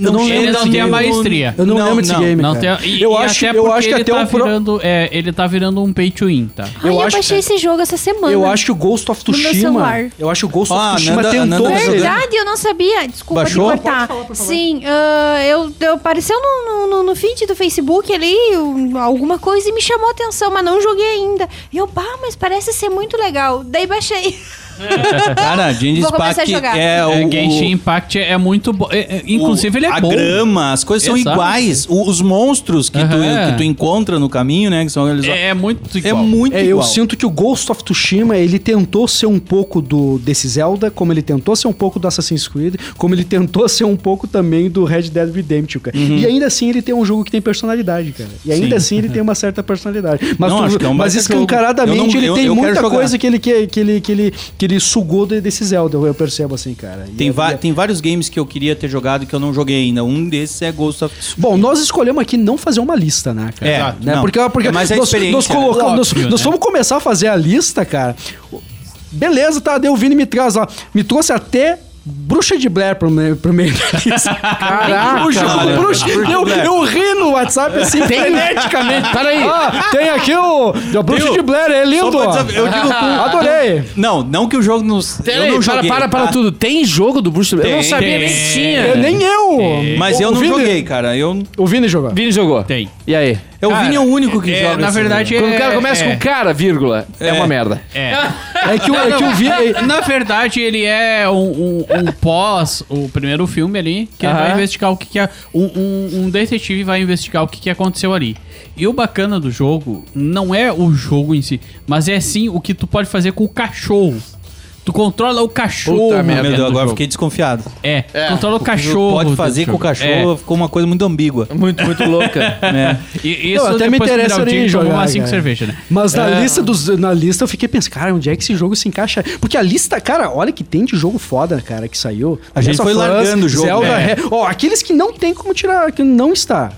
Eu não lembro desse
um
game. maestria.
Eu não, lembro desse game,
não
cara.
tem- e-
eu,
e
acho,
até
eu
porque
acho que
ele
até
tá
o pro-
virando, é, ele tá virando um pay to win, tá?
Ai, eu baixei esse jogo essa semana.
eu acho que o Ghost of
No meu
Tsushima.
celular.
Eu acho que o Ghost
Ah,
of Tsushima
Nanda-
tentou.
Nanda-
fazer.
Verdade, eu não sabia. Desculpa
Baixou?
te cortar. Sim, ah, eu, eu apareceu no, no, no feed do Facebook ali um, alguma coisa e me chamou a atenção, mas não joguei ainda. E eu, pá, mas parece ser muito legal. Daí baixei.
Cara, Gengis
Vou começar a
Impact
jogar.
é o,
É, Genshin Impact é muito bom. É, é, inclusive, ele é
a
bom.
grama, as coisas são
Exato.
iguais. O- os monstros que,
Aham.
tu, que tu encontra no caminho, né? Que são eles.
É, muito
igual. É muito
É, eu
igual.
sinto que o Ghost of Tsushima, ele tentou ser um pouco do desse Zelda, como ele tentou ser um pouco do Assassin's Creed, como ele tentou ser um pouco também do Red Dead Redemption, cara.
Uhum.
E ainda assim ele tem um jogo que tem personalidade, cara. E ainda
Sim.
assim ele tem uma certa personalidade. Mas,
Não,
tu-
acho que é um
mas
baita jogo.
escancaradamente
Eu não-
ele
eu-
tem
eu quero
muita
jogar.
coisa que ele, que, que ele, que ele, que ele sugou de- desse Zelda, eu percebo assim, cara. E
Tem,
é-
va- tem vários games que eu queria ter jogado que eu não joguei ainda. Um desses é Ghost of Tsushima.
Bom, nós escolhemos aqui não fazer uma lista, né, cara?
É,
Exato. né?
não.
Porque, porque
É mais a
nós,
experiência,
nós colocamos, nós,
óbvio,
nós
né?
vamos começar a fazer a lista, cara. Beleza, tá? Deu o Vini me traz lá. Me trouxe até Bruxa de Blair pro meio, pro meio da lista.
Caraca,
Bruxa,
olha,
bruxa,
Bruxa de
eu,
Blair.
eu ri no WhatsApp assim,
Tem?
freneticamente.
Peraí.
Ah, tem aqui o, o Bruxa
Viu?
de Blair, é lindo.
Só pra dizer- eu digo tu-
Adorei.
Não, não que o jogo não.
Peraí,
eu não
para,
joguei,
para, para
tá?
tudo. Tem jogo do Bruce Eu não
Tem.
sabia nem que
Tem.
tinha.
Eu- É, nem eu.
É. Mas
O-
eu
o
não
Vini-
joguei, cara. Eu,
O Vini jogou.
Vini jogou.
Tem.
E aí?
é o
Cara,
Vini é o único que
é,
joga.
na
esse
verdade,
jogo.
Quando o cara
É,
começa
é.
com cara, vírgula, é,
É.
uma merda.
É.
É que, o- é que o Vini...
Na verdade, ele é um, um- um pós, o primeiro filme ali, que ele
Aham.
vai investigar o que, que é. Um, um- um detetive vai investigar o que, que aconteceu ali. E o bacana do jogo não é o jogo em si, mas é sim o que tu pode fazer com o cachorro. Tu controla o cachorro.
merda.
dentro
é,
Meu
do
Deus, agora eu
jogo.
fiquei desconfiado.
É,
É.
controla o
que
cachorro.
Pode fazer
dentro
com o
do jogo.
É.
cachorro, ficou uma coisa muito ambígua.
É muito, muito louca.
É. E, e isso
Não, até me
depois que
interessa
virar o
nem
dia, toma
jogar,
umas cinco
cara.
cerveja, né?
Mas na,
É.
lista dos, na lista eu fiquei pensando, cara, onde é que esse jogo se encaixa? Porque a lista, cara, olha que tem de jogo foda, cara, que saiu.
A gente
Last
foi
of Us,
largando o jogo,
Zelda,
né?
Re- Ó, aqueles que não tem como tirar, que não está.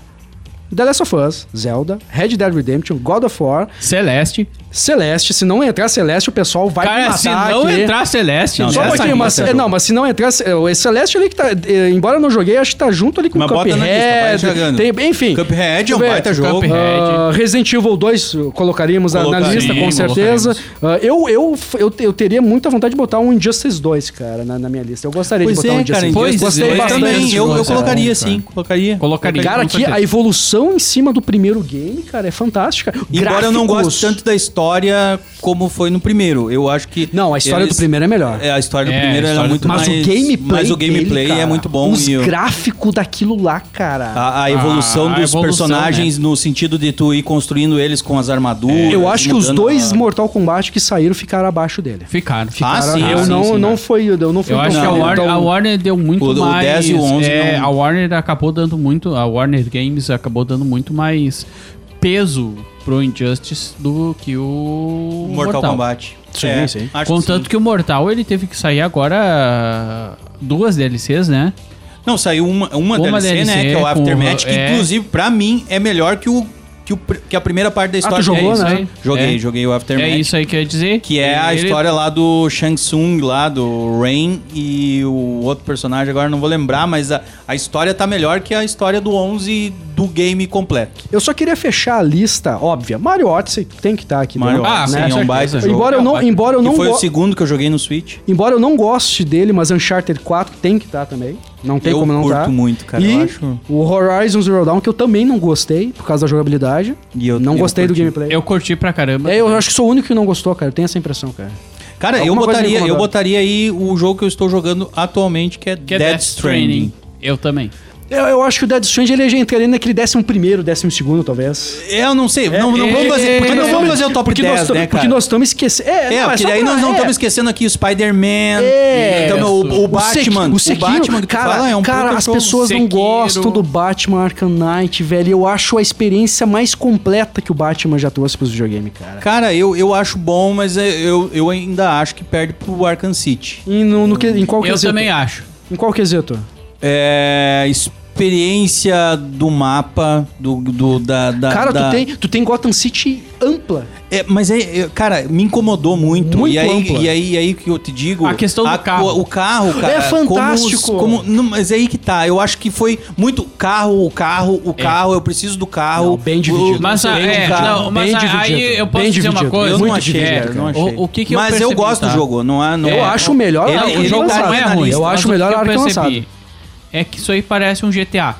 The Last of Us, Zelda, Red Dead Redemption, God of War,
Celeste.
Celeste, se não entrar Celeste, o pessoal vai me
Cara,
matar
se não
aqui.
entrar Celeste,
Só um
nessa
pouquinho, mas,
lista,
é, não, mas se não entrar. é, O Celeste ali que tá. é, Embora eu não joguei, acho que tá junto ali com
Mas
o
bota na lista, vai
Cuphead.
jogando.
tem, enfim.
Cuphead é um
Deixa eu ver.
baita jogo.
Ah, Resident Evil 2 colocaríamos na- na
Colocaríamos.
lista, com
Sim,
certeza. Ah, eu, eu, eu, eu teria muita vontade de botar um Injustice 2, cara, na, na minha lista. Eu gostaria
Pois
de botar
é,
um
cara,
Injustice 2.
Injustice
Gostei
2
bastante
também.
desse
Eu-
jogo,
eu
cara.
colocaria, sim, colocaria.
Colocaria.
Cara, aqui a evolução em cima do primeiro game, cara, é fantástica.
Embora eu não
Gráficos.
goste tanto da história como foi no primeiro. Eu acho que.
Não, a história do primeiro é melhor.
É, a história do
É,
primeiro
a
era
história
muito
do-
mais.
Mas o gameplay.
Mas o gameplay
dele, cara,
é muito bom.
Os
e o- Ah,
gráficos daquilo lá, cara.
a, a evolução
a
dos
evolução,
personagens no sentido de tu ir construindo eles com as armaduras.
né? eu acho que os
mudando
dois
a-
Mortal Kombat que saíram ficaram abaixo dele.
Ficaram.
Ah, sim.
eu
sim,
não,
sim,
não foi, eu não fui
Eu acho
tão-
que a Warner,
tão-
a Warner deu muito
O- o
mais.
10 e o 11
é,
não-
A Warner acabou dando muito. A Warner Games acabou dando muito mais peso pro Injustice do que o
Mortal, Kombat. É,
Sim, sim.
acho que
Contanto
sim.
que, o Mortal ele teve que sair agora duas DLCs, né?
Não, saiu uma, uma,
Uma
DLC, né?
DLC
Que é o
com-
Aftermath, que
é.
inclusive, pra mim, é melhor que, o, que, o pr- que a primeira parte da história.
tu jogou,
é isso
né?
aí. Joguei,
É.
joguei o Aftermath.
É isso aí que eu ia dizer.
Que é a
Ele-
história lá do Shang Tsung, lá do Rain e o outro personagem, agora não vou lembrar, mas a, a história tá melhor que a história do 11 do game completo.
Eu só queria fechar a lista, óbvia. Mario Odyssey tem que estar aqui.
Mario
né?
Ah,
Odyssey
Né?
é um baita jogo.
Embora eu não, embora eu
que
não,
foi o
go-
segundo que eu joguei no Switch.
embora eu não goste dele, mas Uncharted 4 tem que estar também. Não tem
eu
como não
curto
estar.
muito, cara.
e
Eu acho.
o Horizon Zero Dawn que eu também não gostei por causa da jogabilidade.
E eu-
não
eu
gostei do
curti.
gameplay.
Eu curti pra caramba.
É, eu acho que sou o único que não gostou, cara. Eu tenho essa impressão, cara.
Cara, eu
Alguma coisa me
botaria, eu
incomodou.
botaria aí o jogo que eu estou jogando atualmente, que é,
Que é
Dead Stranding.
Eu também.
Eu, eu acho que o Dead Strange ele já entraria naquele décimo primeiro, décimo segundo, talvez.
Eu não sei, não, não
é,
vamos fazer, porque
é,
não
é,
vamos fazer o top
porque
10,
nós, tam-
né, cara?
Porque nós estamos esquecendo. É,
É,
não,
porque
só
daí
pra-
nós não
é.
estamos esquecendo aqui o Spider-Man.
É.
Então, o, o Batman.
Sek- o Sekiro,
Batman que tu
cara,
fala é um
cara
puta
as
jogo.
pessoas não
Sekiro.
gostam do Batman Arkham Knight, velho. Eu acho a experiência mais completa que o Batman já trouxe pros videogames, cara.
Cara, eu, eu acho bom, mas é- eu, eu ainda acho que perde pro Arkham City.
E no, no que- em qual
eu
quesito?
também acho.
Em qual quesito?
É. Experiência do mapa, do. do- da, da-
cara,
da-
tu, tem, tu tem Gotham City ampla.
É, mas é, é, cara, me incomodou muito.
Muito
e, aí,
ampla.
e aí, e aí que eu te digo.
A questão do carro.
O carro, cara.
É
como os-
fantástico.
Como não, mas aí que tá. Eu acho que foi muito carro, o carro, o carro. Eu preciso do carro.
Não, bem dividido.
O-
Mas, a-
bem
é,
dividido.
não, mas
bem
a-
dividido.
aí eu posso
Bem
dizer uma
dividido.
coisa.
Eu não
muito
achei,
dividido,
cara, eu não
cara.
achei.
O- o que que eu
Mas eu
percebi,
gosto
tá? Ah,
do jogo, não há... Não
Eu
é-
acho o melhor
Ele-
Arkham
ele
jogo
tá-
lançado.
não é ruim,
Eu
mas
acho
o
melhor
que eu
Arkham
percebi
lançado.
É que isso aí parece um GTA.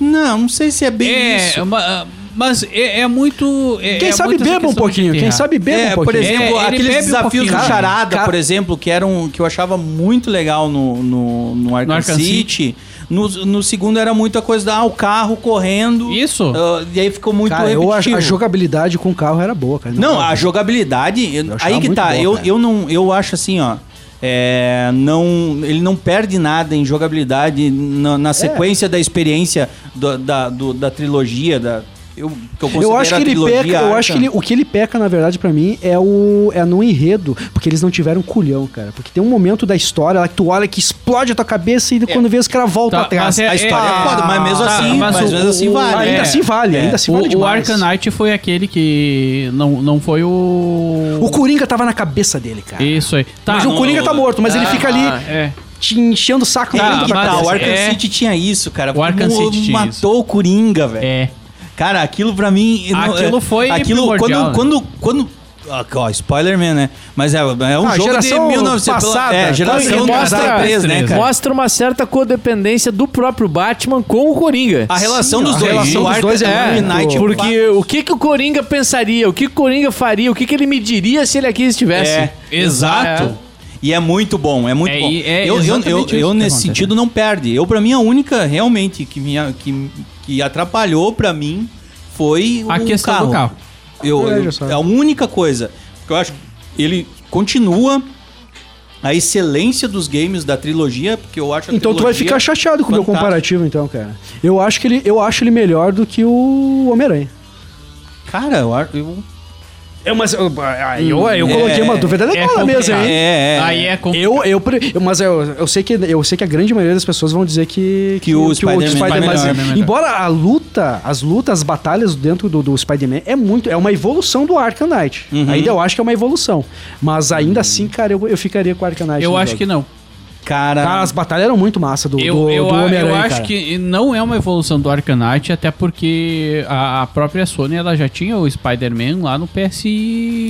Não, não sei se é bem isso.
é, ma- mas é, é muito. é-
Quem
é
sabe
muito essa
beba um
questão de
pouquinho, quem
GTA.
sabe beba
É,
um
por
pouquinho.
exemplo,
É, ele
aqueles
bebe um
desafios do
pouquinho.
Charada,
Cara-
por exemplo, que eram que eu achava muito legal no, no, no Arkham,
Arkham
City. No, no segundo era muito a coisa da ah, o carro correndo.
Isso.
Ah, e aí ficou muito
Cara, eu acho
repetitivo.
a jogabilidade com o carro era boa, cara.
Não, a jogabilidade, eu-
achava
aí que
muito
tá.
boa,
eu,
cara.
eu não, eu acho assim, ó. é, não, ele não perde nada em jogabilidade na,
É.
na sequência da experiência do- da, do- da trilogia da eu, que eu,
Eu
considero
acho
a
que ele
trilogia
peca, eu acho que
Arkham.
ele- o que ele peca, na verdade, pra mim, é o é no enredo, porque eles não tiveram culhão, cara. Porque tem um momento da história lá que tu olha que explode a tua cabeça e quando vê os caras voltam
Tá,
atrás.
mas é-
A história é,
Ah,
foda, mas mesmo
tá,
assim,
mas
mas,
o-
mesmo assim
o-
vale.
ainda
é.
assim vale, ainda assim vale
O, o
demais.
Arkham Knight foi aquele que não, não foi o.
O Coringa tava na cabeça dele, cara.
Isso aí. Tá,
mas o
não-
Coringa tá morto, mas ele fica ali
É.
te enchendo o saco.
Tá,
dentro da
mas-
Tá,
cabeça.
o Arkham
é-
City tinha isso, cara.
O Arkham
Mo-
City tinha
matou
isso.
o Coringa, velho.
É.
Cara, aquilo pra mim. não-
Aquilo
é-
foi
Aquilo,
primordial, né?
quando. quando, quando ó, ó, spoiler man, né? Mas é, é um
Ah,
jogo de
geração
1900.
passada.
É, geração
Então,
de
mostra-
2003, né, cara?
Mostra uma certa codependência do próprio Batman com o Coringa.
A relação dos
a
dois.
relação
o
dos
Arkham
dois é muito-
Knight.
Porque o que, que o Coringa pensaria? O que, que o Coringa faria? O que, que ele me diria se ele aqui estivesse?
É, exato. E é muito bom, é muito
É,
bom.
e é
eu, eu,
exatamente
eu,
isso que
eu, nesse
acontece. né?
sentido, não perde. Eu, pra mim, a única realmente que, me, que, que atrapalhou pra mim foi o
A questão
carro.
do carro.
Eu,
É,
eu-
já sabe.
a única coisa que eu acho que ele continua a excelência dos games da trilogia, porque eu acho a
Então tu vai
trilogia
ficar chateado com o meu
fantástica.
comparativo, então, cara. Eu acho que ele, eu acho ele melhor do que o Homem-Aranha.
Cara, eu, acho- eu
É, mas eu, ah, eu,
Hum.
eu coloquei
É,
uma dúvida é legal na mesa aí.
Aí é complicado.
Eu, eu, pre- eu- mas eu, eu, sei que, eu sei que a grande maioria das pessoas vão dizer que,
Que o Spider-Man é melhor,
é-
né, melhor.
Embora a luta, as lutas, as batalhas dentro do, do Spider-Man é muito. É uma evolução do Arkham Knight.
Uhum.
Ainda eu acho que é uma evolução. Mas ainda assim, cara, eu, eu ficaria com o Arkham Knight.
Eu
no
acho
jogo.
que não.
Cara,
Cara, as batalhas eram muito massa do,
Eu,
do,
eu,
do
a-
Homem-Aranha.
eu acho
cara.
que não é uma evolução do Arcanite, até porque a, a própria Sony ela já tinha o Spider-Man lá no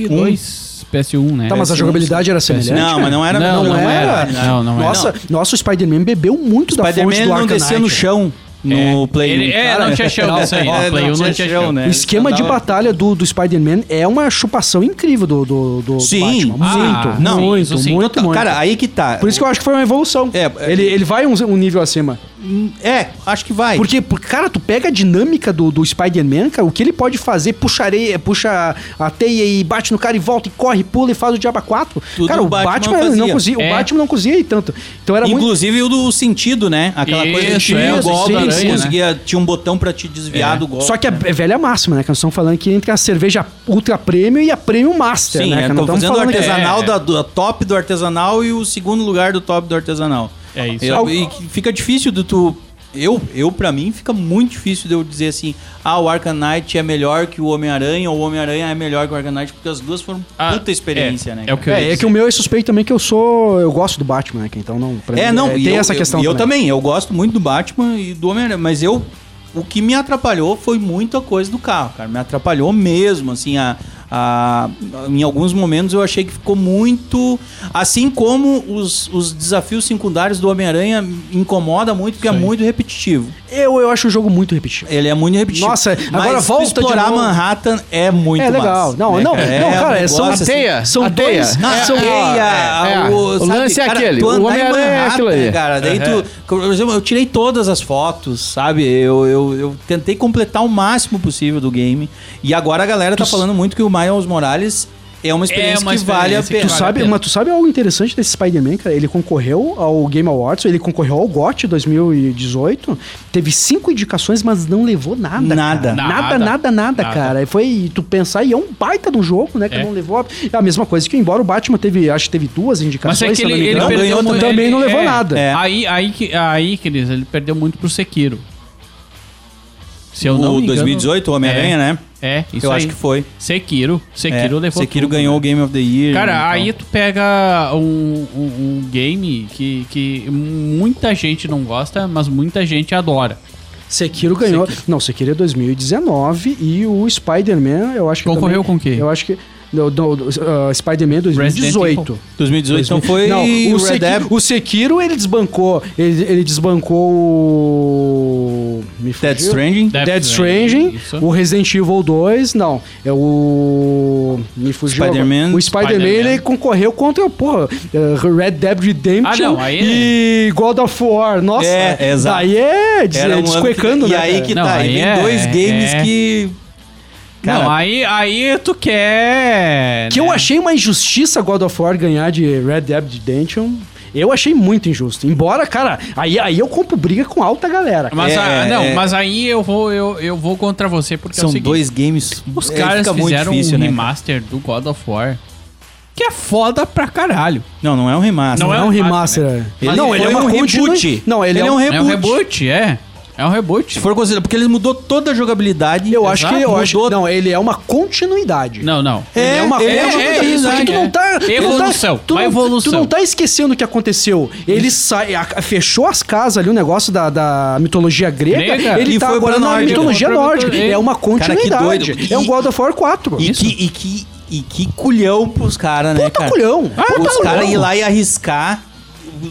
PS2, PS1, né?
Tá, mas a jogabilidade era semelhante?
Não, é- mas não era-
Não,
não
era?
era. Não, não era.
nossa, nossa, o Spider-Man bebeu muito da fonte
Spider-Man
do
não
Arkham
descia
Knight.
no chão no Play
Ele-
1,
é,
cara.
não tinha chão nisso aí, no
É,
Play 1 não tinha chão.
né?
O esquema de
Tava-
batalha do, do Spider-Man é uma chupação incrível do, do, do
Sim,
Batman.
ah,
assim, muito,
não,
muito,
isso sim,
muito,
Tá,
muito.
Cara, aí que tá.
É, Por isso que eu acho que foi uma evolução.
É, é-
ele, ele vai um, um nível acima.
É, acho que vai.
Porque, por- cara, tu pega a dinâmica do, do Spider-Man, cara, o que ele pode fazer, puxa, areia, puxa a teia e bate no cara e volta, e corre, pula e faz o diabo 4.
Tudo
cara, o
o Batman
Batman, não
fazia.
cozinha,
É.
o Batman não cozinha e tanto. Então era muito...
Inclusive o do sentido, né? Aquela coisa
Isso,
de
é, o
isso,
golpe
sim,
da aranha,
sim,
né?
conseguia, tinha um botão pra te desviar do golpe.
Só que a é velha máxima, né? Que nós estamos falando que entre a cerveja Ultra Premium e a Premium Master,
Sim,
né?
é,
cara? Não
tô
estamos
fazendo o
falando que-
artesanal da, do- top do artesanal e o segundo lugar do top do artesanal.
É isso.
Eu-
Al-
e que fica difícil de tu. Eu, eu para mim, fica muito difícil de eu dizer assim: ah, o Arcanite é melhor que o Homem-Aranha ou o Homem-Aranha é melhor que o Arcanite, porque as duas foram
Ah,
puta experiência,
é,
né?
É o que eu ia
É, é
dizer.
que o meu é suspeito também que eu sou. Eu gosto do Batman, né? que Então não. pra
É,
mim,
não, e
tem
eu-
essa questão.
Eu, eu também, eu gosto muito do Batman e do Homem-Aranha, mas eu. O que me atrapalhou foi muita coisa do carro, cara. Me atrapalhou mesmo, assim, a. a- em alguns momentos eu achei que ficou muito. Assim como os, os desafios secundários do Homem-Aranha incomoda muito, porque é muito repetitivo.
Eu, eu acho o jogo muito repetitivo.
Ele é muito repetitivo.
Nossa,
Mas
agora
tu
volta de
explorar
novo.
Manhattan é muito
é legal.
massa,
não,
né,
não,
cara?
não,
É um
cara, são,
negócio, assim,
teia,
são
a
dois.
teia.
na
É,
são,
é, é. O lance é aquele, o Homem-Aranha é aquilo aí.
Cara, daí tu, por exemplo, eu tirei todas as fotos, sabe? Eu, eu, eu tentei completar o máximo possível do game. E agora a galera tá falando muito que o Miles Morales é uma experiência,
uma
que vale a
experiência que
pena.
Tu
vale a
sabe,
pena.
mas tu sabe algo interessante desse Spider-Man, cara? Ele concorreu ao Game Awards, ele concorreu ao GOT 2018, teve cinco indicações, mas não levou nada.
Nada.
cara. Nada,
Nada.
nada, nada,
Nada.
cara. E Foi e tu pensar, e é um baita de um jogo, né? Que
É.
não levou. a- É a mesma coisa que, embora o Batman teve, acho que teve duas
Mas
indicações,
é que
se eu
ele,
não me
ele
engano.
perdeu
ganhou
muito,
também
ele-
não levou
é,
nada.
é. Aí, aí, que- aí, Cris, ele perdeu muito pro Sekiro. Se eu não
O
me engano,
2018, o Homem-Aranha,
É.
né?
É, isso
eu
aí.
acho que foi.
Sekiro. Sekiro
é.
levou
Sekiro
tudo,
ganhou o Game of the Year.
Cara,
né, então.
aí tu pega um, um- um game que, que muita gente não gosta, mas muita gente adora.
Sekiro ganhou. Não, Sekiro é 2019 e o Spider-Man, eu acho que.
Concorreu
também-
com o quê?
Eu acho que. Não, não, uh, Spider-man 2018.
2018 então foi
Não,
o
o,
Red Dead.
Sekiro, o Sekiro ele desbancou. Ele, ele desbancou o. Me
Dead
fugiu.
Stranding.
Death
Dead
Stranding,
Stranding,
isso.
o Resident Evil 2, não, é o... Me fugiu agora.
Spider-Man.
O Spider-Man,
Spider-Man.
ele concorreu contra, porra, eh, Red Dead Redemption
Ah, não, aí-
e God of War, nossa.
É, é, exato.
Daí é, des,
Era um ano
descuecando,
que-
né?
E aí
cara?
que
Não,
tá,
aí
aí tem
é-
dois games
é.
que. Cara,
não, aí, aí tu quer.
Que
né?
eu achei uma injustiça God of War ganhar de Red Dead Redemption. Eu achei muito injusto. Embora, cara, aí, aí eu compro briga com alta galera. cara.
Mas,
É,
a- não,
é.
mas aí eu vou, eu, eu vou contra você, porque é o
são
seguinte,
dois games.
Os
é,
caras
fica
fizeram um
né, cara?
remaster do God of War. Que é foda pra caralho.
Não, não é um remaster.
Não
Não
é
é
um
um remaster.
remaster,
Ele
não, ele é
foi
uma
um
continu-
reboot.
Não, ele, é um
É um reboot, é. É um reboot.
Se for considerar, porque ele mudou toda a jogabilidade.
Eu acho que eu
Mudou-
acho. Não, ele é uma continuidade.
Não, não.
Ele é uma
é, é,
continuidade.
é,
Porque
exato,
tu não tá. tu não tá-
Evolução,
Tu não,
uma evolução.
Tu não tá esquecendo o que aconteceu. Ele sai, a- fechou as casas ali, o negócio da, da mitologia grega.
Grega.
Ele
E
tá
foi
agora
pra
na
nórdica.
mitologia
Foi pra
nórdica.
mitologia.
É uma
Cara, que doido.
continuidade. É um
E-
God of War Tá 4.
E que, e que e que culhão pros caras, né,
tá
Puta
cara?
culhão. Puta
Ah,
os caras
culhão.
ir lá e arriscar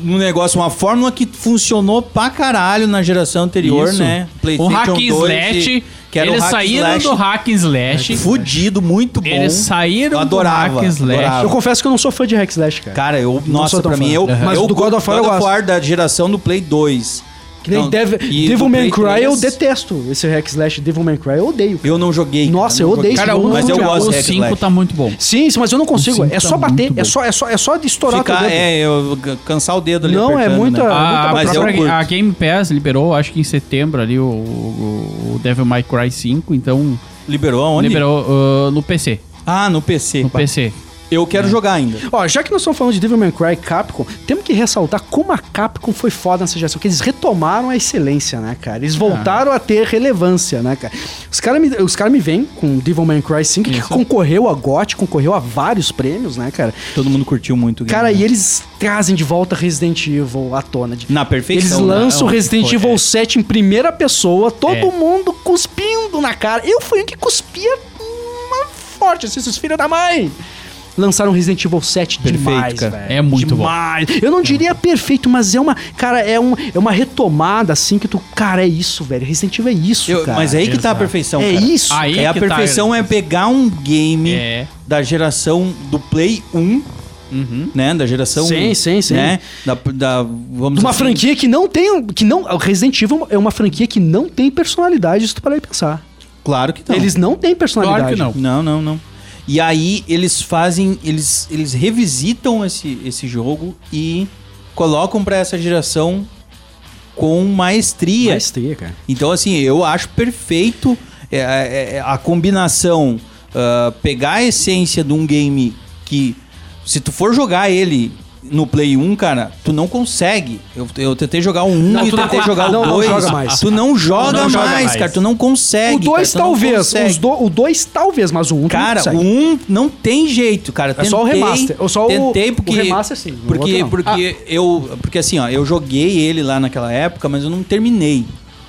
um negócio, uma fórmula que funcionou pra caralho na geração anterior,
Isso.
né?
O hack and
2
slash,
e- que era o
eles
hack and
saíram
slash
do hack and slash.
fudido, muito bom.
Eles saíram
Eu adorava,
do hack and slash.
adorava.
Eu confesso que eu não sou fã de Hack Slash, cara.
Cara, eu, nossa,
sou tão
pra mim,
fã.
eu,
Mas
eu
do God of War eu gosto.
da geração do Play 2.
que nem
Não,
Devil,
e do
Devilman
Play
Cry, eu
3,
detesto esse Hack Slash Devilman Cry, eu odeio.
Eu não joguei.
Nossa,
cara,
eu
não joguei.
odeio esse
Cara,
jogo.
o,
mas eu
o
gosto de hack and
5
slash.
tá muito bom.
Sim, sim, mas eu não consigo.
cinco
É só
tá
bater,
muito
é
bom.
só, é só, é só de estourar teu
Ficar,
dedo.
é, eu g- cansar o dedo ali.
Não, é
apertando,
muita-
né?
A, a
mas eu
própria-
curto.
a Game Pass liberou, acho que em setembro ali, o, o- o Devil May Cry 5, então
Liberou aonde?
liberou ah, no PC.
Ah, no PC. No
PC.
Eu quero jogar ainda.
Ó, já que nós estamos falando de Devil May Cry e Capcom, temos que ressaltar como a Capcom foi foda nessa geração, que eles retomaram a excelência, né, cara? Eles voltaram a ter relevância, né, cara? Os caras me, os cara me vêm com Devil May Cry 5, que concorreu a GOT, concorreu a vários prêmios, né, cara?
Todo mundo curtiu muito. o game,
Cara,
né?
e eles trazem de volta Resident Evil à tona. De...
Na
Eles
perfeição. né?
lançam
Não,
Resident
foi-
Evil 7 em primeira pessoa, todo
É.
mundo cuspindo na cara. Eu fui um que cuspia uma forte, assim, esses filhos da mãe. Lançaram Resident Evil 7
Perfeito,
demais,
cara.
velho.
É muito bom.
demais. Eu não diria perfeito, mas é uma, cara, é, um, é uma retomada, assim, que tu, cara, é isso, velho. Resident Evil é isso,
Eu-
cara.
mas aí que tá a perfeição.
É
cara.
isso, Aí
é a
que tá. É.
perfeição é pegar um game da geração do Play 1, né? Da geração.
Uhum. Sim, sim, sim.
Né? Da, da, vamos
De uma
assim,
franquia que não tem, um- que não, o Resident Evil é uma franquia que não tem personalidade, se tu parar e pensar.
Claro que não.
Eles não têm personalidade.
Claro que não. Não, não, não. E aí eles fazem, eles, eles revisitam esse, esse jogo e colocam pra essa geração com maestria.
Maestria, cara.
Então, assim, eu acho perfeito é, é, é, a combinação ah, pegar a essência de um game que, se tu for jogar ele no Play 1, cara, tu não consegue. Eu, eu tentei jogar o 1
Não,
e
tu tá não
tentei
co-
jogar
não,
o
não
2.
joga mais.
Tu não joga,
Não joga
mais,
mais.
cara. Tu não consegue.
O 2
cara, tu não
talvez.
consegue.
os do- o 2 talvez, mas o 1 um tu não
Cara,
consegue.
o 1 não tem jeito, cara.
É só o
Tentei,
remaster. Ou só o-
tentei
o
porque,
remaster, sim. O outro
Porque,
não.
porque
Ah.
eu. Porque assim, ó, eu joguei ele lá naquela época, mas eu não terminei.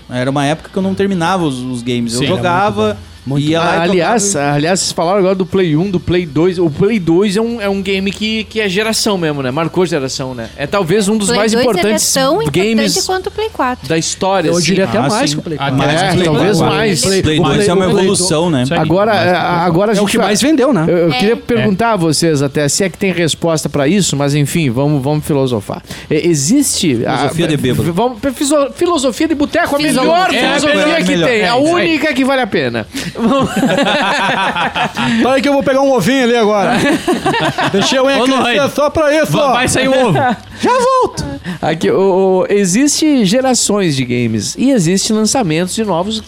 Era uma época que eu não terminava os, os games.
Sim,
eu
era
jogava. ia lá e é tocava
Ah, aliás, aliás, vocês falaram agora do Play 1, do Play 2. O Play 2 é um, é um game que, que é geração mesmo, né? Marcou geração, né? É talvez um dos
Play
mais
2
importantes
ele é tão
games
importante quanto o Play 4.
da história.
Eu
assim.
diria até
Ah,
mais
sim.
que o Play
Ah,
4.
é,
Play
talvez
4.
mais.
Play
Play
2 é uma
Play dois.
evolução, né?
Agora, é, agora a
É o
gente
que
vai-
mais vendeu, né?
Eu, eu
É.
queria perguntar a vocês até se é que tem resposta pra isso, mas enfim, vamos, vamos filosofar. É, existe
Filosofia
a,
de bêbado.
v- Vamos, fiso- filosofia de boteco, a
Fiso-
melhor
É,
filosofia
melhor,
que
melhor.
tem,
É,
a
isso aí.
única que vale a pena.
Para que eu vou pegar um ovinho ali agora. Deixei o
Ô,
unha
Luan.
crescer só pra isso, ó.
Vai sair um ovo.
Já volto. Aqui, o, o- existe gerações de games e existe lançamentos de novos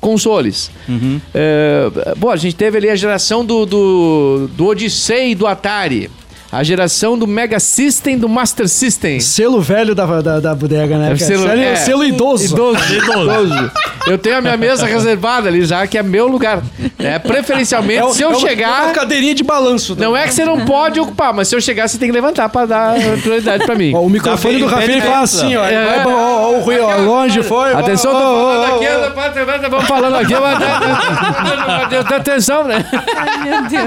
consoles.
Uhum.
É, bom, a gente teve ali a geração do, do, do Odyssey e do Atari. A geração do Mega System, do Master System.
Selo velho da, da, da bodega, né?
É o
cara?
selo-
Selo,
é.
selo idoso.
Idoso. Idoso. Eu tenho a minha mesa reservada ali já, que é meu lugar. né? Preferencialmente,
o-
se eu
o- É uma
chegar...
cadeirinha de balanço.
Não é que você não pode ocupar, mas se eu chegar, você tem que levantar pra dar prioridade pra mim.
Ó, o microfone do Rafinha ele fala assim, ó.
É.
Vai, pra- ó, ó, o Rui, ó, longe foi.
Atenção, tô
ó, ó, ó,
falando
ó,
aqui,
ó.
vamos falando aqui, mas dá atenção, né?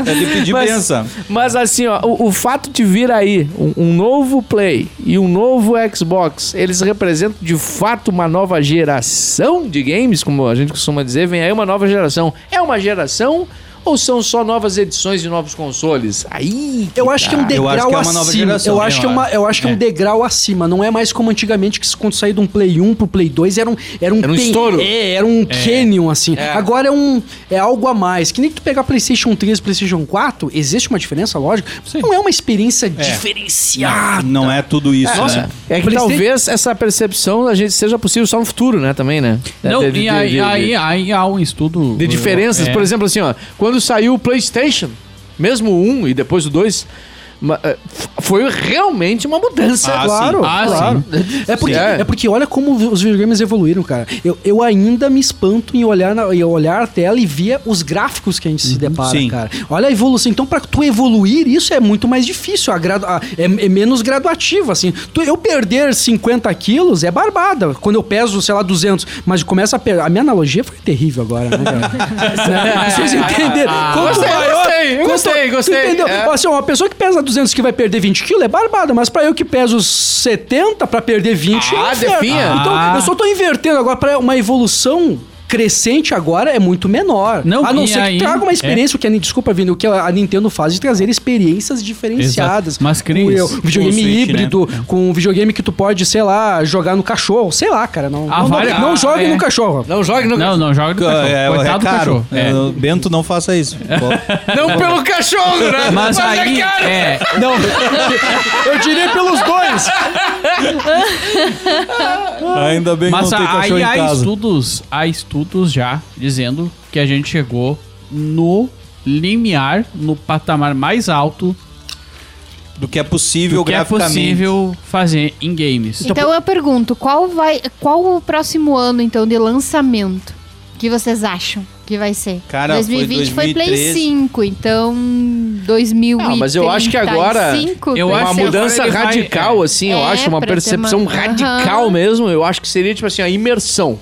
É de pedir
Mas-
benção.
Mas assim, ó, o, o fato de vir aí um, um novo Play e um novo Xbox, eles representam de fato uma nova geração de games, como a gente costuma dizer, vem aí uma nova geração. É uma geração ou são só novas edições de novos consoles? Aí
Eu acho que é um
tá.
degrau
acho que é uma nova
acima.
geração,
eu, acho
eu
que é uma, eu acho que é um degrau acima. Não é mais como antigamente que quando saía de um Play 1 pro Play 2 era um era um,
Era um
pen-
estouro.
É, era um Canyon assim. Agora é um é algo a mais. Que nem que tu pegar PlayStation 3 e PlayStation 4, existe uma diferença, lógico. Não é uma experiência diferenciada.
Não é tudo isso, né?
É que
Playstation-
talvez essa percepção da gente seja possível só no futuro, né? Também, né?
Não,
De- de-
e
de-
aí,
de-
aí, aí há um estudo.
de diferenças.
É.
Por exemplo, assim, ó, quando saiu o PlayStation, mesmo o 1 e depois o 2, ma- eh, f- foi realmente uma mudança.
Ah,
Claro,
Ah,
claro. É porque,
Sim.
é. porque olha como vi- os videogames evoluíram, cara. Eu, eu ainda me espanto em olhar, na, em olhar a tela e ver os gráficos que a gente
Uhum,
se depara,
Sim.
cara. Olha a evolução. Então, pra tu evoluir, isso é muito mais difícil. a gradu- a- é, é menos gradativo, assim. Tu- eu perder 50 quilos é barbada. Quando eu peso, sei lá, 200. Mas começa a per... A minha analogia foi terrível agora, né, cara? Vocês entenderam? Quanto
Ah, gostei,
maior-
gostei,
quanto-
gostei,
tu
gostei.
Entendeu?
É.
Ó, Assim, uma pessoa que pesa 200 que vai perder 20 quilos é barbada, mas pra eu que peso 70 pra perder 20
Ah,
é inferno.
definha.
Então, eu só tô invertendo agora pra uma evolução crescente agora é muito menor.
Não,
a não
e
ser
aí- é.
que traga uma experiência, o que a, Ni- desculpa, Vini, o que a a Nintendo faz de trazer experiências diferenciadas.
Exato. Mas, Cris, né?
com eu, videogame
com o Switch,
híbrido, com um videogame que tu pode, sei lá, jogar no cachorro, sei lá, cara, não
Ah,
não,
vale-
não, não
ah,
jogue
é.
no cachorro.
Não jogue no.
Não, não, joga do cachorro.
É, é
Coitado do
caro.
cachorro. É.
É, Bento, não faça isso.
Não pelo cachorro, né?
Mas aí. É,
Não. eu diria pelos dois.
Ainda bem que não
mas
tem
a-
cachorro
aí
em
há
casa.
estudos, há estudos já dizendo que a gente chegou no limiar, no patamar mais alto é
do que é possível
do que é
graficamente.
possível fazer em games.
Então eu pergunto, qual vai, qual o próximo ano então de lançamento que vocês acham que vai ser?
Cara, foi
2020 foi, Play
2013.
5, então 2000
Ah, mas eu acho que agora
Eu
uma
acho que
mudança
agora ele vai-
radical, assim, eu
É,
acho, uma
pra ter
percepção
uma-
radical
Aham.
mesmo, eu acho que seria, tipo assim, a imersão.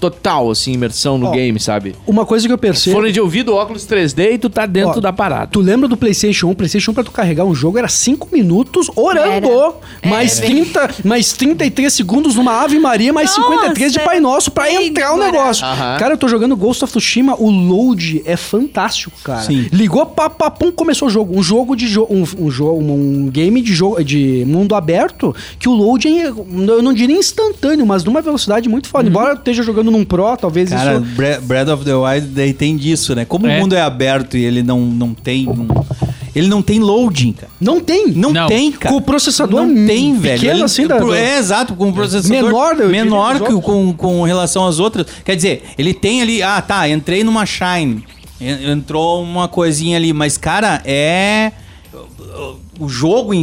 Total, assim, imersão no game, sabe?
Uma coisa que eu percebo.
Fone de ouvido, óculos 3D e tu tá dentro
Ó,
da parada.
Tu lembra do PlayStation 1? PlayStation 1 pra tu carregar um jogo era 5 minutos orando. Mais, 30, mais 33 segundos numa Ave Maria, mais 53 de
Nossa,
Pai Nosso pra
bem
entrar o
demorado.
negócio.
Aham.
Cara, eu tô jogando Ghost of Tsushima, o load é fantástico, cara.
Sim.
Ligou, pá, pá, pum, começou o jogo. Um jogo de jogo. Um, um, jo- um game de jogo de mundo aberto que o load é, eu não diria instantâneo, mas numa velocidade muito foda. Embora eu esteja jogando num Pro, talvez
Uhum. Cara,
isso.
Bre- Breath of the Wild daí tem disso, né? Como
É.
o mundo é aberto e ele não, não tem. um- ele não tem loading, cara.
Não tem.
Não,
Não.
tem, cara.
Com o processador
não tem, velho.
pequeno
Ele-
assim da-
pro- É, exato, com um processador
Menor, eu diria,
menor
dos
que o-
outros.
com, com relação às outras. Quer dizer, ele tem ali, ah, tá, entrei numa Shine, en- entrou uma coisinha ali, mas cara, é o jogo em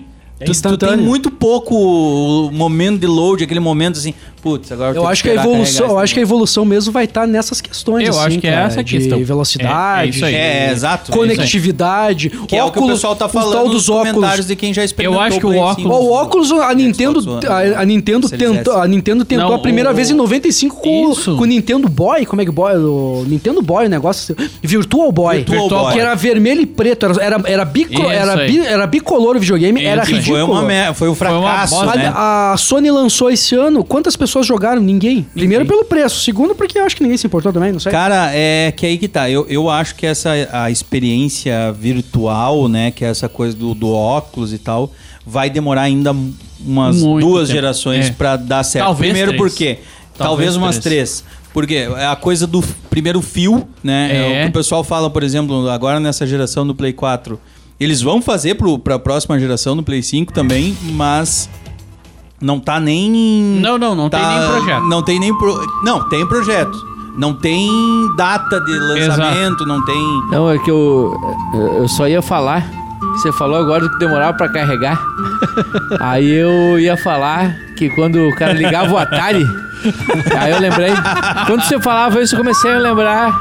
É
tu- tu, tem
instantâneo.
muito pouco momento de load, aquele momento assim, putz, agora
Eu
tenho
acho que a
esperar
evolução,
carregar
eu
esse
acho que a evolução mesmo vai estar nessas questões.
Eu
assim,
acho que é
cara,
essa a
de
questão.
velocidade,
É, é isso aí.
de
É, é, exato.
conectividade,
Que é o que o pessoal tá falando
tal dos
nos
óculos.
comentários de quem já experimentou.
Eu acho que
Play
o
cinco.
Ó, O óculos, é a Nintendo,
One,
a, a Nintendo
né? Series S.
tentou, a Nintendo tentou
Não,
a primeira
o-
vez em 95 com,
Isso.
com o Nintendo Boy, como é que boy, o Nintendo Boy, o negócio assim, Virtual Boy,
Virtual
Boy.
que era vermelho e preto, era era era, bico,
Isso
era,
aí.
bi- era bicolor o videogame,
Isso
era
aí.
ridículo.
Foi, uma mer- foi um fracasso,
bosta.
né?
A, a Sony lançou esse ano, quantas pessoas jogaram? Ninguém. Primeiro pelo preço, segundo porque eu acho que ninguém se importou também, não sei.
Cara, é que aí que tá. Eu, eu acho que essa a experiência virtual, né? Que é essa coisa do, do óculos e tal, vai demorar ainda m- umas
Muito
duas
tempo.
gerações
É.
pra dar certo.
Talvez
primeiro
três.
por quê?
Talvez
Talvez, umas três. Porque é a coisa do f- primeiro fio, né? É.
É.
o que o pessoal fala, por exemplo, agora nessa geração do Play 4. Eles vão fazer pro, pra próxima geração do Play 5 também, mas não tá nem. tá
Não, não, não tem nem projeto.
Não tem nem pro... Não, tem projeto. Não tem data de lançamento, não tem.
Não, é que eu, eu só ia falar. Você falou agora do que demorava pra carregar. Aí eu ia falar que quando o cara ligava o Atari. Aí eu lembrei. Quando você falava isso, eu comecei a lembrar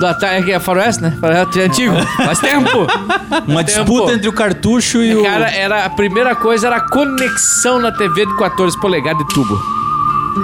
do Atari, que é Faroeste, né? Faroeste antigo. Faz tempo. Tempo. É,
Uma disputa entre o cartucho e o.
Cara, era, a primeira coisa era a conexão na TV de 14 polegadas de tubo.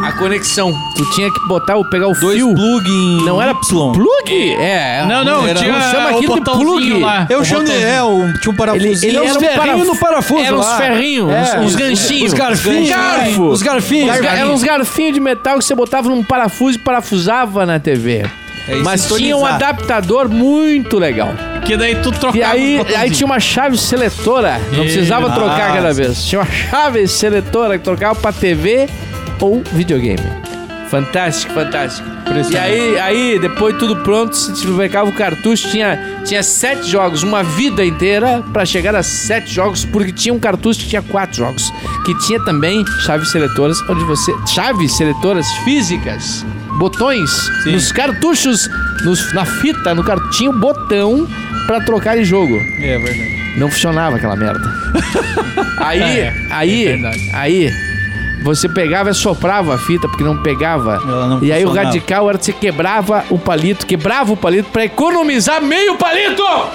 A conexão. Tu tinha que botar, o- pegar o
dois
fio.
plug em
Não era
Y.
Plug? É.
Não, não,
era,
tinha
chama
o
aquilo de
botãozinho
plug.
lá.
Eu chamo de. É, um, tinha um parafuso.
ele
Era
era
uns
um
ferrinhos
paraf-
no parafuso
Eram uns
lá.
ferrinhos,
É,
uns, uns
os-
ganchinhos.
Os garfinhos.
né?
Garfo.
Os garfinhos.
Os ga-
Garfinhos.
Eram uns garfinhos de metal que você botava num parafuso e parafusava na TV.
É, e
Mas tinha um
sintonizar.
adaptador muito legal.
Que daí tu trocava
E aí,
o botãozinho.
aí tinha uma chave seletora. Não precisava
Nossa.
trocar cada vez. Tinha uma chave seletora que trocava pra TV ou videogame. Fantástico, fantástico. E aí, aí, depois tudo pronto, se desplicava o cartucho, tinha, tinha sete jogos, uma vida inteira pra chegar a sete jogos, porque tinha um cartucho que tinha quatro jogos. Que tinha também chaves seletoras, onde você. Chaves seletoras físicas. Botões nos cartuchos, nos- na fita, no cartucho, tinha um botão pra trocar de jogo.
É verdade.
Não funcionava aquela merda. aí,
É,
aí,
é verdade.
aí, você pegava e soprava a fita, porque não pegava.
Ela não
e aí o
funcionava.
radical era que você quebrava o palito, quebrava o palito pra economizar meio palito!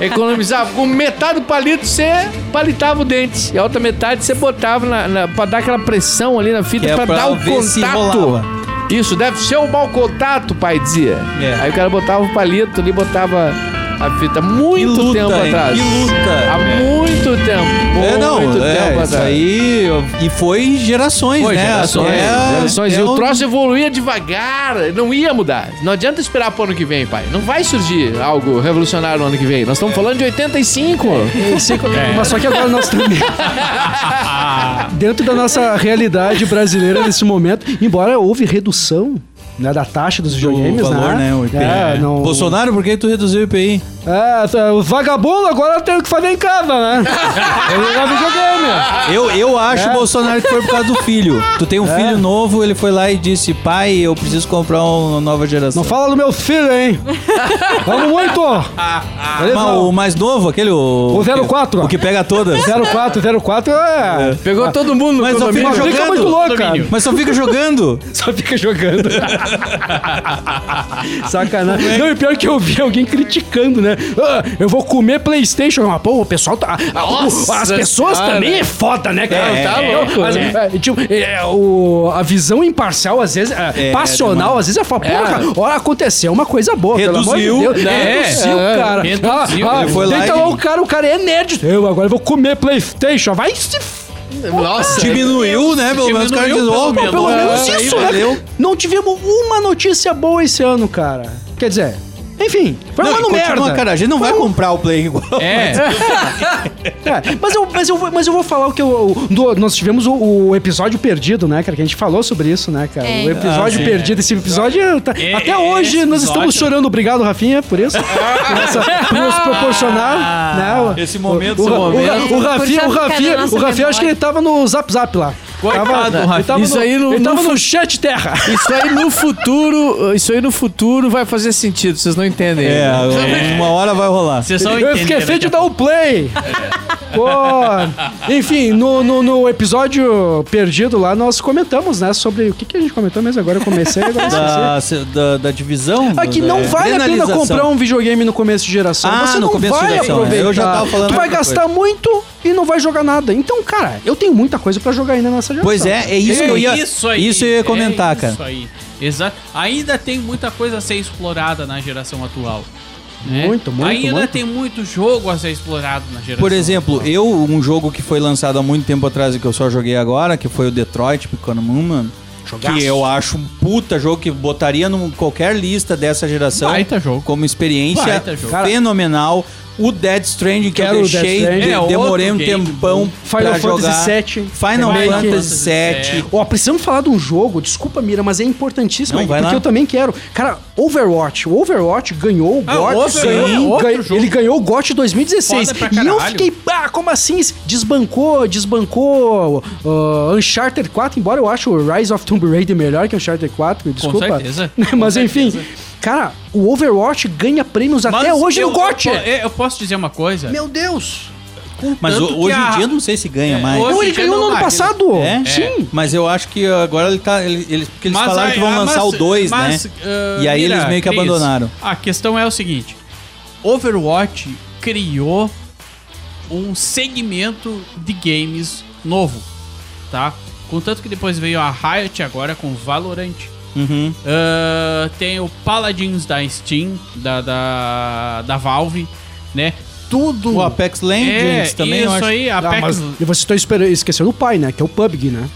economizava. Com metade do palito você palitava o dente. E a outra metade você botava na, na, pra dar aquela pressão ali na fita
Que é
pra,
pra
dar o
ver se
contato.
rolava.
Isso, deve ser o mau contato, pai dizia.
É.
Aí o cara botava o palito ali, botava a fita. Muito
Que
muito
luta,
tempo
hein?
atrás.
Que luta.
Há muito tempo.
É, não,
muito
é,
tempo
isso
atrás.
aí. E foi gerações,
Foi,
né? é um
gerações,
Até-
gerações. E
até
o
o-
troço evoluía devagar, não ia mudar. Não adianta esperar pro ano que vem, pai. Não vai surgir algo revolucionário no ano que vem. Nós estamos falando de 85.
Mas só que
é.
agora nós também. Dentro da nossa realidade brasileira nesse momento, embora houve redução né, da taxa dos videogames,
valor, né, o IPI.
É, não...
Bolsonaro, por que tu reduziu o IPI?
É, tá, o vagabundo agora tem o que fazer em casa, né? Ele jogar videogame.
Eu, eu acho,
É.
Bolsonaro, que foi por causa do filho. Tu tem um filho novo, ele foi lá e disse: pai, eu preciso comprar um, uma nova geração. Não
fala do meu filho, hein? Vamos muito!
Ah,
Beleza?
o mais novo, aquele. O,
O 04.
O que pega todas.
04, 04 é.
Pegou todo mundo no
Ah, Mas só fica
condomínio.
jogando.
Fica muito louco, cara.
Mas só fica jogando.
Só fica jogando. Sacanagem.
é
Não, e pior que eu vi alguém criticando, né? Ah, eu vou comer Playstation. Mas, pô, o pessoal tá. ah, o-
Nossa
as pessoas
senhora.
também é foda, né, cara?
É, tá
Não,
louco,
mas,
né?
é, tipo, é, o- a visão imparcial, às vezes, é,
É,
passional,
demais.
às vezes é foda.
É.
Porra, cara, olha, aconteceu uma coisa boa, pelo
Reduziu,
amor de Deus.
né?
Reduziu,
É,
cara.
reduziu.
Ah, ah,
Ele foi lá
deita
e-
lá o cara, o cara é nerd. Eu agora vou comer Playstation. Vai se
Nossa.
Diminuiu, né? Pelo menos o cara diz: ó,
Pô, pelo menos isso, né? Não tivemos uma notícia boa esse ano, cara. Quer dizer, enfim, foi um
Não, e
ano
continua,
merda. um-
cara, a gente não vai comprar o Play igual.
É.
É, mas, eu, mas, eu, vou- mas eu vou falar o que eu. o- do- nós tivemos o, o episódio perdido, né, cara? Que a gente falou sobre isso, né, cara?
É.
O episódio
Ah, sim.
perdido. Esse episódio. tá-
É,
até
é,
hoje
esse
nós estamos
episódio-
chorando. Obrigado, Rafinha, por isso. por, essa, por nos proporcionar. né, o-
Esse momento,
o,
esse
o, o,
momento.
o Rafinha, o
Por sacar
Rafinha,
da nossa
o Rafinha acho que ele tava no Zap Zap lá.
Coitado
Tava-
do
ele
Rafinha.
tava
Isso
no-
aí no-
Ele tava
no
no
fu-
chat terra.
Isso aí no futuro, isso aí no futuro vai fazer sentido, vocês não entendem.
É, uma hora vai rolar.
eu
né,
esqueci
é
de dar um o play. Pô, enfim, no, no, no episódio perdido lá, nós comentamos, né, sobre o que, que a gente comentou mesmo agora. Eu comecei agora eu esqueci.
Da, se- da, da divisão.
Ah, que
da-
não vale a pena
Ah, é. penalização.
comprar um videogame no começo de geração.
Ah,
Você
no
não
começo de
vai
geração,
aproveitar.
é. Eu já tava falando
tu vai
outra
gastar muito e não vai jogar nada. Então, cara, eu tenho muita coisa pra jogar ainda nessa geração.
Pois é, é isso que eu ia, isso eu ia comentar,
é
cara.
Isso aí. Exato. Ainda tem muita coisa a ser explorada na geração atual. né?
Muito, muito,
Ainda
muito.
tem muito jogo a ser explorado na geração.
Por exemplo, eu, um jogo que foi lançado há muito tempo atrás e que eu só joguei agora, que foi o Detroit Become Human,
Jogaço.
que eu acho um puta jogo que botaria em qualquer lista dessa geração
Baita jogo.
como experiência
Baita jogo.
fenomenal. O Dead Stranding que
Quero
eu
o Death
deixei,
Stranding.
de-
É, outro
demorei um
game
tempão
Final
pra
Fantasy
jogar.
VII.
Final Fantasy VII.
Ó, precisamos falar de um jogo, desculpa, Mira, mas é importantíssimo,
Não,
aí,
vai
porque
lá.
eu também quero. Cara, Overwatch. O Overwatch ganhou o
Ah,
GOT.
outro
ganhou-
jogo, outro
ganhou- Ele ganhou o GOT 2016.
Foda pra
E eu
caralho.
fiquei, ah, como assim? Desbancou, desbancou ah, Uncharted 4, embora eu ache o Rise of Tomb Raider melhor que Uncharted 4, desculpa.
certeza.
mas enfim, cara, o Overwatch ganha prêmios até
Mas
hoje
eu-
no GOT.
Eu, po- eu posso dizer uma coisa?
Meu Deus!
Mas
Tanto
ho- hoje
que a- É,
em dia eu não sei se ganha mais.
hoje Não, ele em dia ganhou não no ano vai. passado.
É?
Sim. É.
Mas eu acho que agora ele tá. Ele, ele- porque eles
Mas
falaram
aí-
que vão
ah,
lançar
mas-
o 2, né?
mas, ah,
e aí
Mira,
eles meio que
Cris,
abandonaram.
A questão é o seguinte: Overwatch criou um segmento de games novo, tá? Contanto que depois veio a Riot agora com Valorant.
Uhum.
Ah, tem o Paladins da Steam, da, da, da Valve, né? Tudo.
O Apex Legends
É,
também,
Isso
eu acho.
aí,
Ah,
Apex.
mas- e você tá esper- esquecendo o pai, né? Que é o PUBG, né?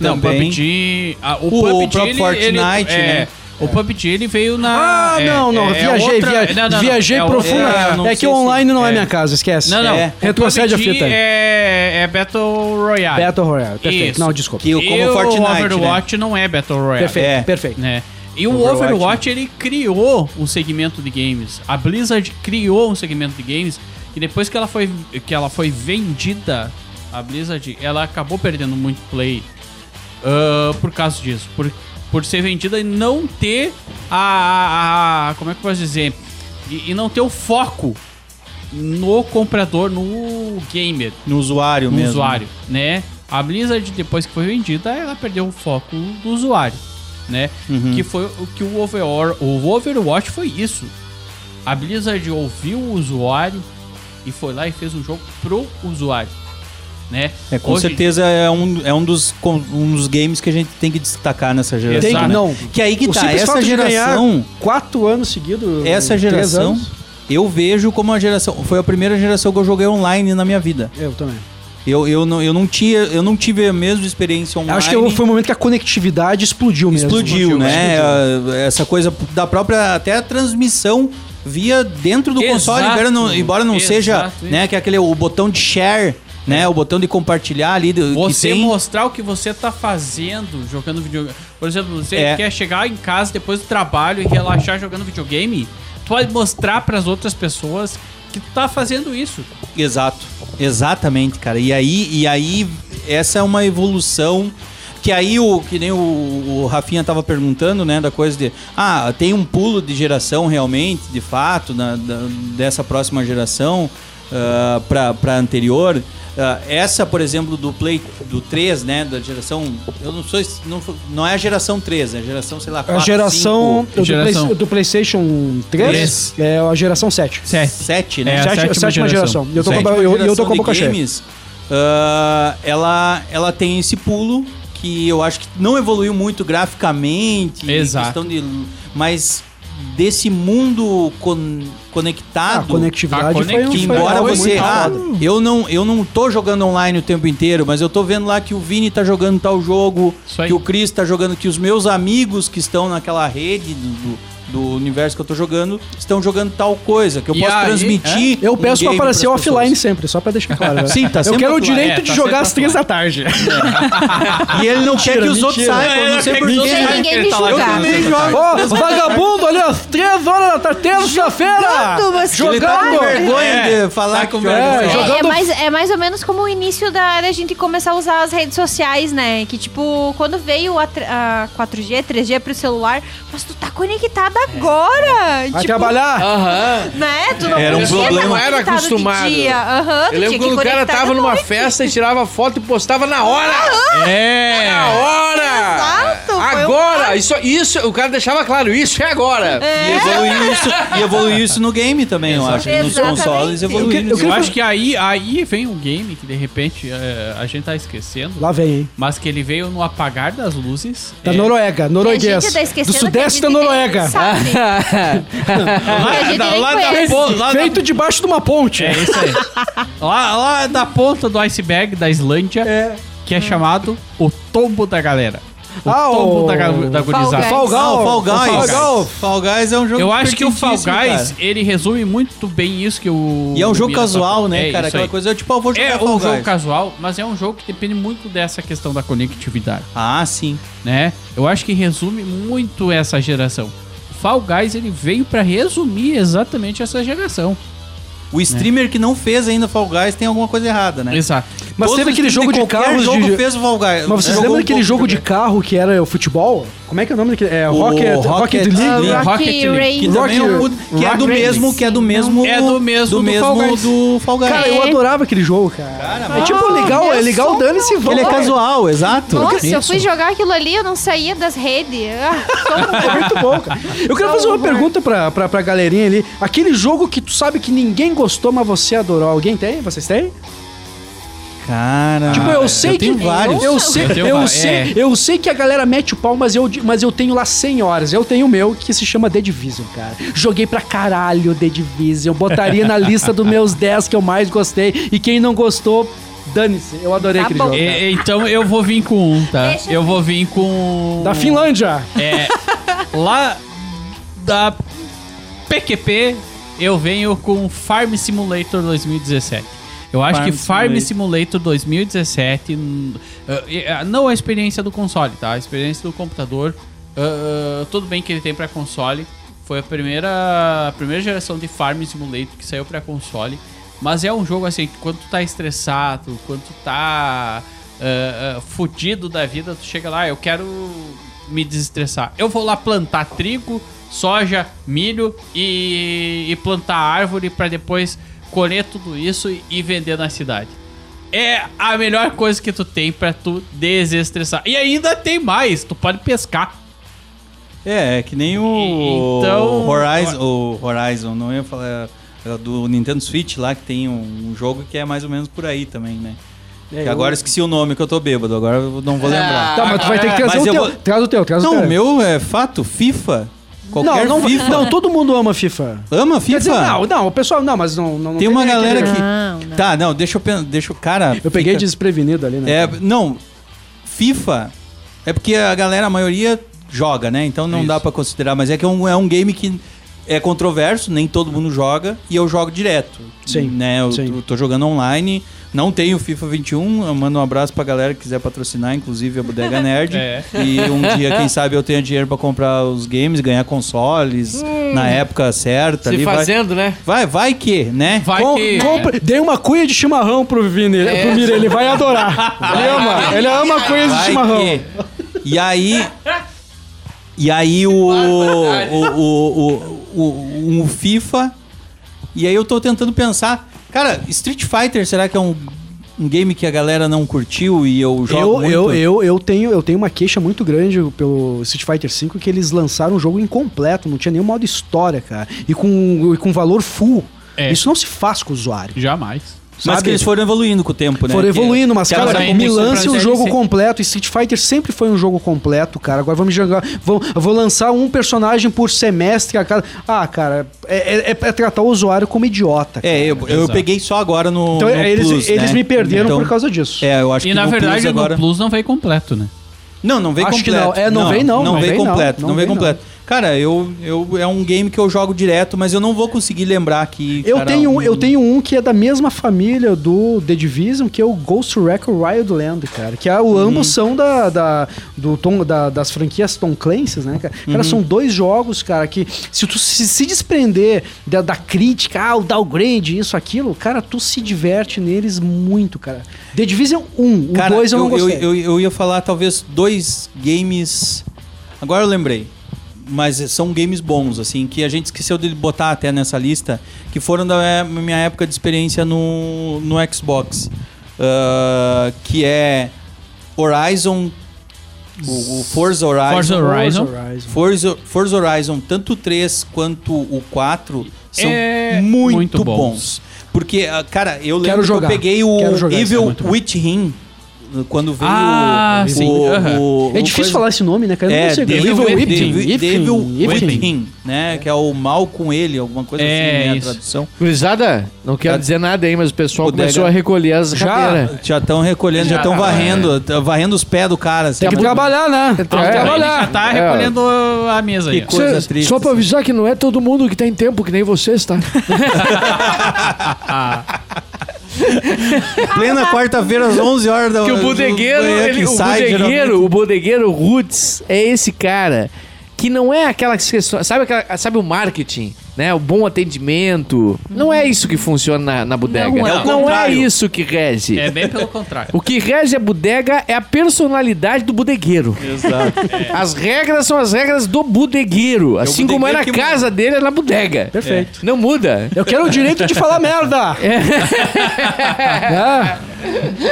Não,
Também.
PUBG, ah, o
O
PUBG.
próprio
ele-
Fortnite,
ele-
né?
é, O PUBG ele veio na.
Ah,
é,
não, não.
é, é
viajei,
outra-
via-
não, não, não,
viajei
é outra- eu
profundamente.
não
É, que
sei se-
online não é.
é.
minha casa, esquece.
Não, não.
É.
O
Retrocede a
PUBG
fita.
É, é Battle Royale.
Battle Royale, perfeito. Não, desculpa. Que
E
o- como o Fortnite, né?
Overwatch não é Battle Royale.
Perfeito, perfeito.
Né? E o
Overwatch,
Overwatch, ele criou um segmento de games. A Blizzard criou um segmento de games e depois que ela foi, que ela foi vendida, a Blizzard, ela acabou perdendo muito play ah, por causa disso. Por, por ser vendida e não ter a... a- a- como é que eu posso dizer? E, e não ter o foco no comprador, no gamer.
No usuário
no
mesmo.
usuário, né? A Blizzard, depois que foi vendida, ela perdeu o foco do usuário, né?
Uhum.
Que foi o que o, Overwar- o Overwatch foi isso. A Blizzard ouviu o usuário e foi lá e fez um jogo pro usuário, né?
É, com
Hoje-
certeza é, um, é um, dos, com- um dos games que a gente tem que destacar nessa geração.
Tem que,
né?
não.
Que aí que
O
tá.
simples
Essa
fato de ganhar
geração.
Quatro anos seguidos.
Essa
três
geração.
anos.
Eu vejo como a geração. Foi a primeira geração que eu joguei online na minha vida.
Eu também.
Eu, eu, não, eu, não, tinha, eu não tive a mesma experiência online.
Acho que eu- foi o momento que a conectividade explodiu mesmo.
explodiu, né? Ah, Essa coisa da própria até a transmissão via dentro do
Exato.
console, embora não, embora não
Exato,
seja,
isso.
né, que é aquele o botão de share, né, o botão de compartilhar ali do,
Você
que tem.
mostrar o que você tá fazendo jogando videogame. Por exemplo, você
É.
quer chegar em casa depois do trabalho e relaxar jogando videogame? tu pode mostrar pras outras pessoas que tu tá fazendo isso.
Exato. Exatamente, cara. E aí, e aí essa é uma evolução que aí o que nem o, o Rafinha tava perguntando, né, da coisa de, ah, tem um pulo de geração realmente, de fato, na- da- dessa próxima geração ah, pra para anterior. Ah, essa, por exemplo, do Play do 3, né, da geração, eu não sou es- não, fo- não é a geração 3, é a geração, sei lá,
A
4,
geração, do,
5,
Play- do PlayStation 3
Três.
é a geração 7.
7, né?
É, a Sete- sétima sétima geração. geração. E eu tô com a-
Sétima
eu- eu tô
geração
com a
de
boca cheia.
games, ah, ela, ela tem esse pulo que eu acho que não evoluiu muito graficamente. em
Exato.
Questão de, mas desse mundo con-
A
conectado.
Ah, conectividade
a
foi um-
que
foi
embora
algo
você.
muito
Ah,
foda.
eu não, eu não tô jogando online o tempo inteiro, mas eu tô vendo lá que o Vini tá jogando tal jogo, que o Chris tá jogando, que os meus amigos que estão naquela rede do, do- do universo que eu tô jogando estão jogando tal coisa, que eu
E
posso
aí,
transmitir.
É? Eu peço
um
pra
game
aparecer
pras pessoas.
offline sempre, só pra deixar claro. né?
Sim, tá
Eu
sempre
quero o
offline.
direito
É,
de
tá
jogar
sempre
às três da tarde.
E ele não quer
Mentira,
que os outros
mentira.
É,
saibam, eu É, não sei porquê.
Eu também jogo. Ó, vagabundo ali, às três horas da tarde, terça-feira.
Jogando, mas que
Jogando.
vergonha.
vergonha de falar
tá
que
com
joga
vergonha.
online.
É,
É, é mais, é mais ou menos como o início da, da gente começar a usar as redes sociais, né? Que tipo, quando veio a, tre- a 4G, 3G pro celular, mas tu tá conectado agora!
Vai
tipo,
trabalhar. Aham.
Né? Tu não
Era um
podia tá
problema.
conectado
Era
de
acostumado.
dia. Aham, tu
Eu lembro
tinha que
quando o cara
conectar
tava
de
numa
noite.
festa e tirava foto e postava na hora.
É.
Na hora.
um
Agora. Isso, isso, o cara deixava claro, isso é agora.
E evoluiu isso, e evoluiu isso no game também, eu acho. Nos consoles evoluiu.
Eu, acho que aí, aí vem um game que de repente é, a gente tá esquecendo.
Lá vem, hein?
Mas que ele veio no apagar das luzes.
Da
É,
Noruega,
E a
norueguês.
gente tá
do
esquecendo que a
sudeste
gente
da
nem
Noruega.
sabe.
Lá
Que a gente da- nem lá da
É.
conhece. po- lá da-
Feito debaixo de uma ponte.
É isso aí. lá, lá da ponta do iceberg da Islândia, que é chamado o tombo da galera. O
Ah,
tombo
o-
da, ga- da gurizada.
Fall Guys. Fall
Fall Guys.
O Fall Guys.
Fall Guys é um jogo
Eu acho que o Fall Guys,
divertidíssimo, cara.
ele resume muito bem isso que o...
E é um jogo
Mira
casual,
falou.
né,
É
cara?
isso
Aquela
aí.
coisa, eu, tipo, ah, vou jogar
É
Fall
um
Guys.
jogo casual, mas é um jogo que depende muito dessa questão da conectividade.
Ah, sim.
Né? Eu acho que resume muito essa geração. O Fall Guys, ele veio pra resumir exatamente essa geração.
O streamer que não fez ainda Fall Guys tem alguma coisa errada, né?
Exato.
Mas teve aquele jogo de
qualquer
carros
jogo
de-
fez o Fall Guys.
Mas vocês
Jogou
lembram
um
daquele
pouco.
jogo de carro que era o futebol? Como é que é o nome daquele? É,
O
Rocket, Rocket, League. né?
League. Que, também é um puto- que é do
Rocket
mesmo, que é do mesmo.
É do mesmo do Fall Guys.
do Fall
É.
Guys.
Cara, eu adorava aquele jogo, cara. é
mas-
tipo
Ah,
legal, é
meu
legal,
som,
dane-se,
um
meu
vamos.
Ele é casual,
exato.
Nossa, eu fui jogar aquilo ali, eu não saía das redes. Ah,
Muito bom, cara. Eu quero fazer uma pergunta pra, pra, pra galerinha ali. Aquele jogo que tu sabe que ninguém gostou, mas você adorou. Alguém tem? Vocês têm?
Cara.
Tipo, eu sei que
Ah, tenho vários.
Eu sei, eu,
tenho va-
sei,
é.
eu sei que a galera mete o pau, mas eu, mas eu tenho lá 100 horas. Eu tenho o meu que se chama The Division, cara. Joguei pra caralho The Division. Botaria na lista dos meus 10 que eu mais gostei. E quem não gostou, dane-se. Eu adorei aquele jogo. cara.
É.
E- então eu vou vir com um, tá? eu vou vir com.
Da Finlândia.
É. lá da PQP, eu venho com Farm Simulator 2017. Eu acho
Farm
que Farm
Simulator.
Simulator 2017. hum, eh, eh, Não a experiência do console, tá? A experiência do computador. eh, tudo bem que ele tem pra console. Foi a primeira, a primeira geração de Farm Simulator que saiu pra console. Mas é um jogo assim que quando tu tá estressado, quando tu tá eh, eh, fudido da vida, tu chega lá, eu quero me desestressar. Eu vou lá plantar trigo, soja, milho e, e plantar árvore pra depois colher tudo isso e, e vender na cidade. É a melhor coisa que tu tem pra tu desestressar. E ainda tem mais, tu pode pescar.
É, é que nem o
Então-
Horizon, o Horizon, não ia falar é do Nintendo Switch lá que tem um, um jogo que é mais ou menos por aí também, né?
É,
Que agora
eu-
eu esqueci o nome que eu tô bêbado, agora eu não vou lembrar.
Tá, mas tu vai ter que trazer
Mas
o
eu
teu.
vou-
Traz o teu, traz o
Não,
teu.
o meu é fato, FIFA. Qualquer
não, não,
FIFA.
não, todo mundo ama FIFA.
Ama FIFA?
Quer dizer, não, não, o pessoal não, mas não. não- não
Tem uma
aquele-
galera que. Tá, não, deixa eu pensar. Deixa eu. Cara.
Eu peguei desprevenido ali, né?
É, não. FIFA é porque a galera, a maioria joga, né? Então não dá pra considerar, mas é que é um, é um game que é controverso, nem todo mundo joga, e eu jogo direto.
Sim,
Né? Eu
sim.
tô- tô jogando online, não tenho FIFA 21, eu mando um abraço pra galera que quiser patrocinar, inclusive a Bodega Nerd.
É.
E um dia, quem sabe, eu tenha dinheiro pra comprar os games, ganhar consoles, na época certa.
Se
ali, vai-
fazendo, né?
Vai, vai que, né?
Vai
Com-
que...
compre- Dei uma cuia de chimarrão pro Vini, pro Mira, ele vai adorar. Ele ama, ele ama cuia de
Vai
chimarrão.
que- E aí. E aí o. O, o, o, o, o FIFA. E aí eu tô tentando pensar. Cara, Street Fighter, será que é um, um game que a galera não curtiu e eu jogo?
Eu,
muito?
eu, eu, eu, tenho, eu tenho uma queixa muito grande pelo Street Fighter V que eles lançaram um jogo incompleto, não tinha nenhum modo história, cara. E com, e com valor full.
É.
Isso não se faz com o usuário.
Jamais.
Mas
sabe?
que eles foram evoluindo com o tempo, né?
Foram
Que-
evoluindo, mas,
que
cara,
agora
me
tem-
lance um
DLC.
jogo completo. Street Fighter sempre foi um jogo completo, cara. Agora vamos jogar. Vou, eu vou lançar um personagem por semestre a cada. Ah, cara, é, é- é pra tratar o usuário como idiota. cara.
É, eu, eu
Exato.
peguei só agora no.
Então
no
é, eles,
Plus,
eles
né?
me perderam
Então,
por causa disso.
É, eu acho
E
que
na
no
verdade
Plus agora.
no Plus não veio completo, né?
Não, não veio
Acho que
completo.
não. É, não veio não,
Não
não
veio
veio não,
completo, não,
não
veio
veio
completo. Cara, eu, eu é um game que eu jogo direto, mas eu não vou conseguir lembrar aqui.
Eu,
cara,
tenho,
um-
um- eu tenho um que é da mesma família do The Division, que é o Ghost Recon Wildland, cara. Que é,
Uhum.
o, ambos são da, da, do Tom, da- das franquias Tom Clancy's, né, cara? Cara,
Uhum.
são dois jogos, cara, que se tu se, se desprender da, da crítica, ah, o downgrade, isso, aquilo, cara, tu se diverte neles muito, cara. The Division 1,
Cara,
o 2 um, eu, não gostei.
Eu, eu ia falar talvez dois games. Agora eu lembrei. Mas são games bons, assim, que a gente esqueceu de botar até nessa lista, que foram da é, minha época de experiência no, no Xbox. Ah, que é Horizon. O, o Forza Horizon.
Forza Horizon.
Horizon.
Forza, Forza Horizon, tanto o 3 quanto o 4, são
É
muito,
muito
bons.
bons.
Porque, ah, cara, eu lembro
Quero
que eu
jogar.
peguei o
Quero jogar, isso é
Evil
muito
Witch Within quando veio
Ah,
o,
sim,
o,
aham.
o-
é
o
difícil
coisa-
falar esse nome, né, cara? Eu
é,
não sei, cara.
Devil
Evil
Within,
Within,
Devil
Within.
Within, né? Que é o mal com ele, alguma coisa
É,
assim, né? A
isso.
tradução.
Gurizada, não quero
Tá.
dizer nada aí, mas o pessoal
Bodega.
começou a recolher as cadeiras.
Já estão recolhendo, já estão varrendo, tá varrendo os pés do cara. Assim,
Tem que
né?
trabalhar, né? Tem que
Ah, então ele
trabalhar.
já tá
É.
recolhendo a mesa aí.
Que
ó.
coisa
Cê-
triste,
Só pra
assim.
avisar que não é todo mundo que tem tempo, que nem vocês, tá?
Plena quarta-feira, às 11 horas da
Que o bodegueiro,
manhã que
ele- o
sai, geralmente.
bodegueiro, o bodegueiro Roots é esse cara que não é aquela questão, sabe aquela, sabe o marketing, né? O bom atendimento. Não é isso que funciona na, na bodega.
Não é.
Não,
Ao
é
contrário.
isso que rege.
É bem pelo contrário.
O que rege a bodega é a personalidade do bodegueiro.
Exato.
As regras são as regras do bodegueiro. Assim como é na
bodegueiro que
casa dele, é na bodega.
Perfeito.
Não muda.
Eu quero o direito de falar merda! É.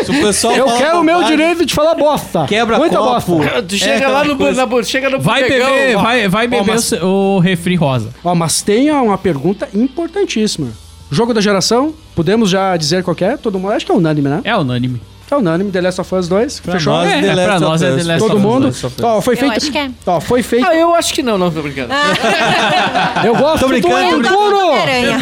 Se o pessoal
Eu
fala
quero o meu
bobagem,
direito de falar bosta.
Quebra
Muita
copo.
bosta.
Tu chega
É,
lá
aquela
no,
coisa.
na, bo- chega no
Vai
bodegão,
beber,
ó.
vai, vai beber o se- o refri rosa.
Ó, mas tem uma pergunta importantíssima. Jogo da geração, podemos já dizer qual que é? Todo mundo, acho que é unânime, né?
É unânime.
É unânime, The Last of Us 2,
Pra
fechou?
nós,
É,
The Last
pra
of
nós é
Us.
The Last of
Todo
Us,
mundo.
The Last of Us.
Ó, foi
Eu
feito.
acho que é.
Ó, foi feito.
Ah, eu acho que não, não, tô brincando.
Eu gosto
Tô brincando, tô
do
brincando.
Enduro.
Aranha.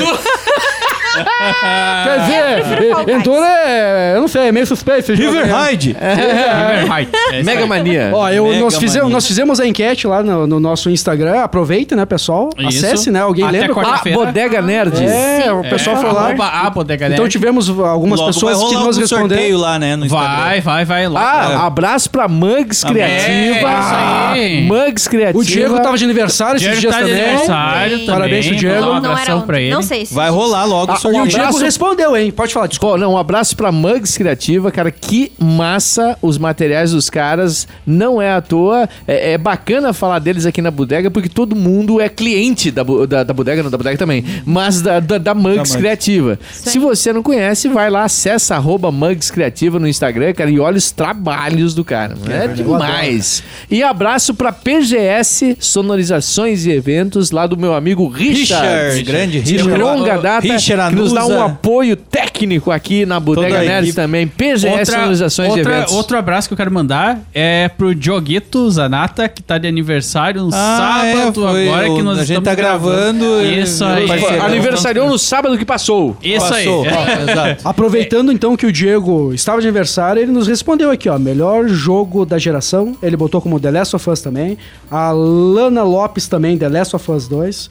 Quer dizer,
Fall Guys.
Enduro é, eu não sei, é meio suspeito. esse jogo, né?
Riverhide.
Overhype. É isso
Mega
aí.
mania.
Ó, eu,
Mega
nós, fizemos,
mania.
nós fizemos a enquete lá no, no nosso Instagram. Aproveita, né, pessoal?
Isso.
Acesse, né? Alguém
Até
lembra?
quarta-
a bodega nerd.
É, o pessoal
É,
foi lá.
arroba a bodega
Então
tipo,
nerd.
tivemos algumas
Logo
pessoas
vai
que
rolar
nos
um sorteio
responderam.
lá, né, no Instagram.
Vai, vai, vai lá.
Ah, abraço pra Mugs
É,
Criativa.
isso aí.
Mugs Criativa.
O Diego tava de aniversário esses
Diego
dias
tá de
também.
aniversário
Sim.
também.
Parabéns pro Diego.
mandar Um
Não era
abração pra
ontem.
ele.
Não sei se.
Vai rolar logo
um
Ah,
o
e o
sorteio.
Diego respondeu, hein? Pode falar, desculpa.
Ó, não, um abraço pra Mugs Criativa, cara, que massa os materiais dos caras, não é à toa, é, é bacana falar deles aqui na bodega, porque todo mundo é cliente da, bo- da, da bodega, não da bodega também, mas da, da, da Mugs
Mugs.
Criativa. Se você não conhece, vai lá, acessa arroba Mugs Criativa no Instagram, cara, e olha os trabalhos do cara, é, demais. E abraço pra PGS Sonorizações e Eventos, lá do meu amigo Richard.
Richard, grande
De
Richard.
longa data,
Richard
que nos dá um
Anusa.
apoio técnico aqui na
Toda a
Bodega Nerd
equipe.
também. PGS Sonorizações de
outra-
Eventos.
Outro abraço que eu quero mandar é pro Dioguito Zanata, que tá de aniversário no
Ah, é,
sábado
foi
agora que
o-
nós
a gente
estamos
tá gravando, e-
Isso
e
aí.
vai ser-
Aniversariou no sábado que passou.
Isso
Passou.
aí.
É, Exato.
Aproveitando então que o Diego estava de aniversário, ele nos respondeu aqui, ó. Melhor jogo da geração. Ele botou como The Last of Us também. A Lana Lopes também, The Last of Us 2.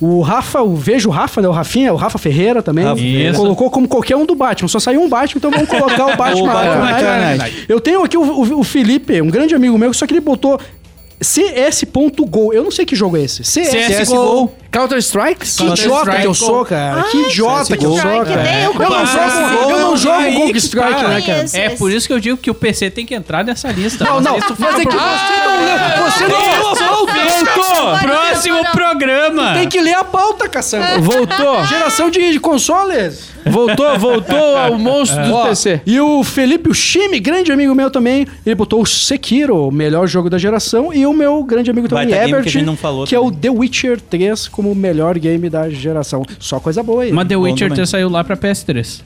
O Rafa, o Vejo Rafa, né? O Rafinha, o Rafa Ferreira também.
Rafa Ferreira.
Colocou como qualquer um do Batman. Só saiu um Batman, então vamos colocar o Batman.
O Batman
Arkham
Arkham
Knight.
Knight.
Eu tenho aqui o, o- o Felipe, um grande amigo meu, só que ele botou CS.gol. Eu não sei que jogo é esse. CS.gol.
Counter Strike?
Que idiota que eu sou, cara. Que idiota que eu sou,
Strike,
cara.
nem eu
Eu não
conheço.
jogo, eu não jogo
Aí
Gong
que
Strike,
tá.
né, cara?
É por isso que eu digo que o PC tem que entrar nessa lista.
Não, não,
Mas isso
mas
fica
é que
pro-
você não leu. Você não leu a pauta,
Voltou! Próximo programa!
Tem que ler a pauta, caçamba.
Voltou.
Geração de, de consoles.
Voltou, voltou ao monstro do
Ó,
PC.
E o Felipe Uchime, grande amigo meu também, ele botou o Sekiro, o melhor jogo da geração, e o meu grande amigo também,
Baita game que a
Ebert,
gente não falou
que é o
também.
The Witcher 3 como o melhor game da geração. Só coisa boa aí.
Mas The Witcher
também.
3 saiu lá pra PS3.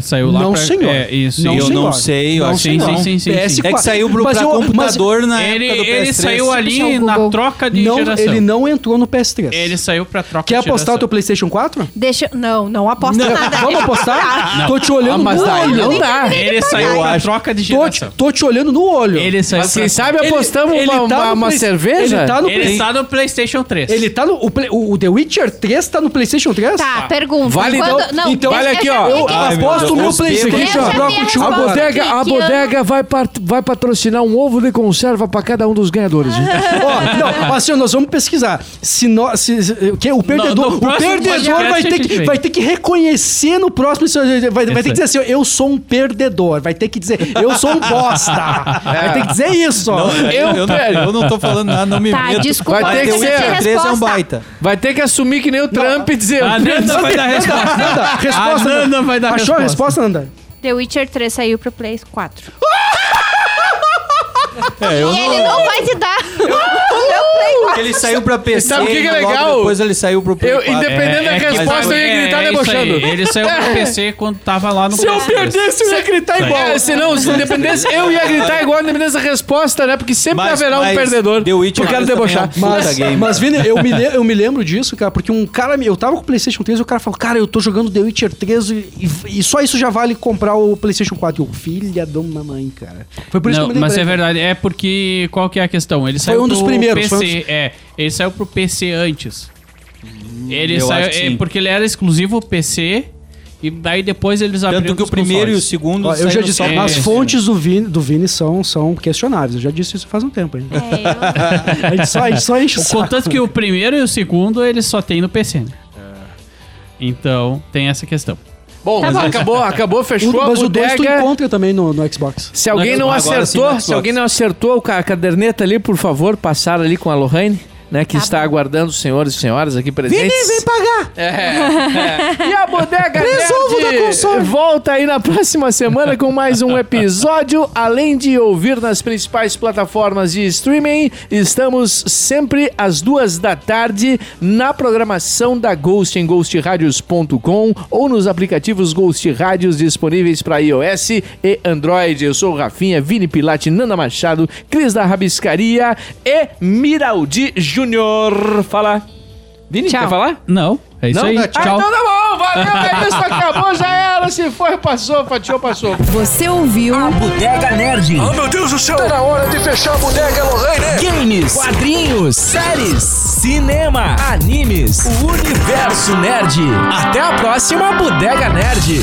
Saiu lá
Não,
pra...
senhor.
É, isso.
Não,
E
eu
eu-
senhor.
não sei, eu
Não,
acho que
sim,
não.
sim, sim, sim.
PS4.
É que saiu pro
Mas
pra
eu- mas-
computador na
Ele,
época do PS3.
ele saiu ali
no
na
Google.
troca de
não,
geração.
ele não entrou no PS3.
Ele saiu pra troca
Quer
de geração.
apostar o teu PlayStation 4?
Deixa. Não, não aposta nada.
Vamos apostar? Tô te
Ah,
olhando
Ah, mas
tá,
no
daí
olho.
então
não dá.
Ele saiu pra troca de
Tô te,
geração.
tô te olhando no olho.
Ele saiu
Mas quem
pra-
sabe apostamos
ele
uma,
tá
uma-
no
uma
Play-
cerveja?
Ele tá no
Ele
Play-
está no PlayStation 3.
Ele tá no. O, Play- o- o The Witcher 3 tá no PlayStation 3?
Tá, pergunta.
Vale,
Quando-
então- então vale aqui, ó.
Eu,
Eu
já vi que-
aposto o meu
Os pegos.
PlayStation.
Eu já
troco
vi a
contigo
A
Agora.
bodega, a
Que- que
bodega vai, pat- vai patrocinar um ovo de conserva pra cada um dos ganhadores. gente.
Ó, não, assim, ó, nós vamos pesquisar. Se nós, se, se- o que- o
no
perdedor, o
próximo
perdedor
podcast
vai ter,
a gente
que,
vê.
vai ter que reconhecer no próximo. Vai, vai ter que dizer assim: ó, eu sou um perdedor. Vai ter que dizer: eu sou um
É.
bosta. Vai ter que dizer isso. ó.
Não, eu, eu, não, eu não tô falando nada, não me
Tá,
meto.
desculpa,
Vai ter
The
que ser.
Witcher 3 é um baita.
Vai ter que assumir que nem o Trump e dizer.
A Nanda vai dar resposta.
Nanda, resposta.
A Ah, Nanda vai dar
Achou a
resposta.
resposta, Nanda?
The Witcher 3 saiu pro Play 4.
É, eu
E
não...
ele não vai te dar.
Porque ele saiu pra PC.
sabe o que que é
e logo
legal?
Depois ele saiu pro Play
Eu,
4.
independente da resposta, eu ia gritar
é isso aí.
debochando.
Ele saiu pro PC quando tava lá no
Se eu
PS3.
perdesse, eu ia gritar igual. É, se não, se independesse, eu ia gritar igual, independente da resposta, né? Porque sempre
Mas-
haverá um
mas
perdedor.
The Witcher
eu quero
também é um
debochar.
puta
Mas,
game,
mas
cara.
Vini, eu me, le- eu me lembro disso, cara, porque um cara. me- Eu tava com o PlayStation 3 e o cara falou: Cara, eu tô jogando The Witcher 3 e, e- e só isso já vale comprar o PlayStation 4. E eu, filha da mamãe, cara. Foi por isso
Não,
que eu me
mas é
lembrei.
verdade, é porque qual que é a questão? Ele
Foi
saiu
um dos
pro
primeiros, foi um
PC, é, ele saiu pro PC antes. Ele
eu
saiu
acho que sim.
é, porque ele era exclusivo PC e daí depois eles abriram
Tanto que o
os
primeiro e o
consoles.
segundo
Ó, eu já
saíram
disse,
só pra
as
PC,
fontes do Vini, do Vini são, são questionáveis. Eu já disse isso faz um tempo. Hein?
É,
A gente só, a gente só enche o saco.
Contanto que o primeiro e o segundo eles só tem no PC. né?
É.
Então, tem essa questão.
Bom,
Tá bom.
acabou, acabou,
O-
fechou a
Mas o 2 tu
bodega.
encontra também no, no Xbox.
Se alguém não
Agora sim, no
acertou,
Xbox.
se alguém não acertou ca- a caderneta ali, por favor, passar ali com a Lohane, né, que está aguardando os senhores e senhoras aqui presentes.
pagar!
E a bodega
ovo
Nerd
da console.
volta aí na próxima semana com mais um episódio. Além de ouvir nas principais plataformas de streaming, estamos sempre às duas da tarde na programação da Ghost em ghostradios.com ou nos aplicativos Ghost Rádios disponíveis para iOS e Android. Eu sou o Rafinha, Vini Pilate, Nanda Machado, Cris da Rabiscaria e Miraldi Júnior. Fala. Vini,
Tchau.
quer falar?
Não, é isso
Não?
aí.
Ah,
Tchau.
então tá bom, valeu, é isso, acabou, já era, se foi, passou, fatiou, passou.
Você ouviu?
Bodega Nerd. Oh, meu Deus do céu! Tá na hora de fechar a bodega, né? Lorraine! Games, quadrinhos, séries, cinema, animes, o universo nerd. Até a próxima Bodega Nerd.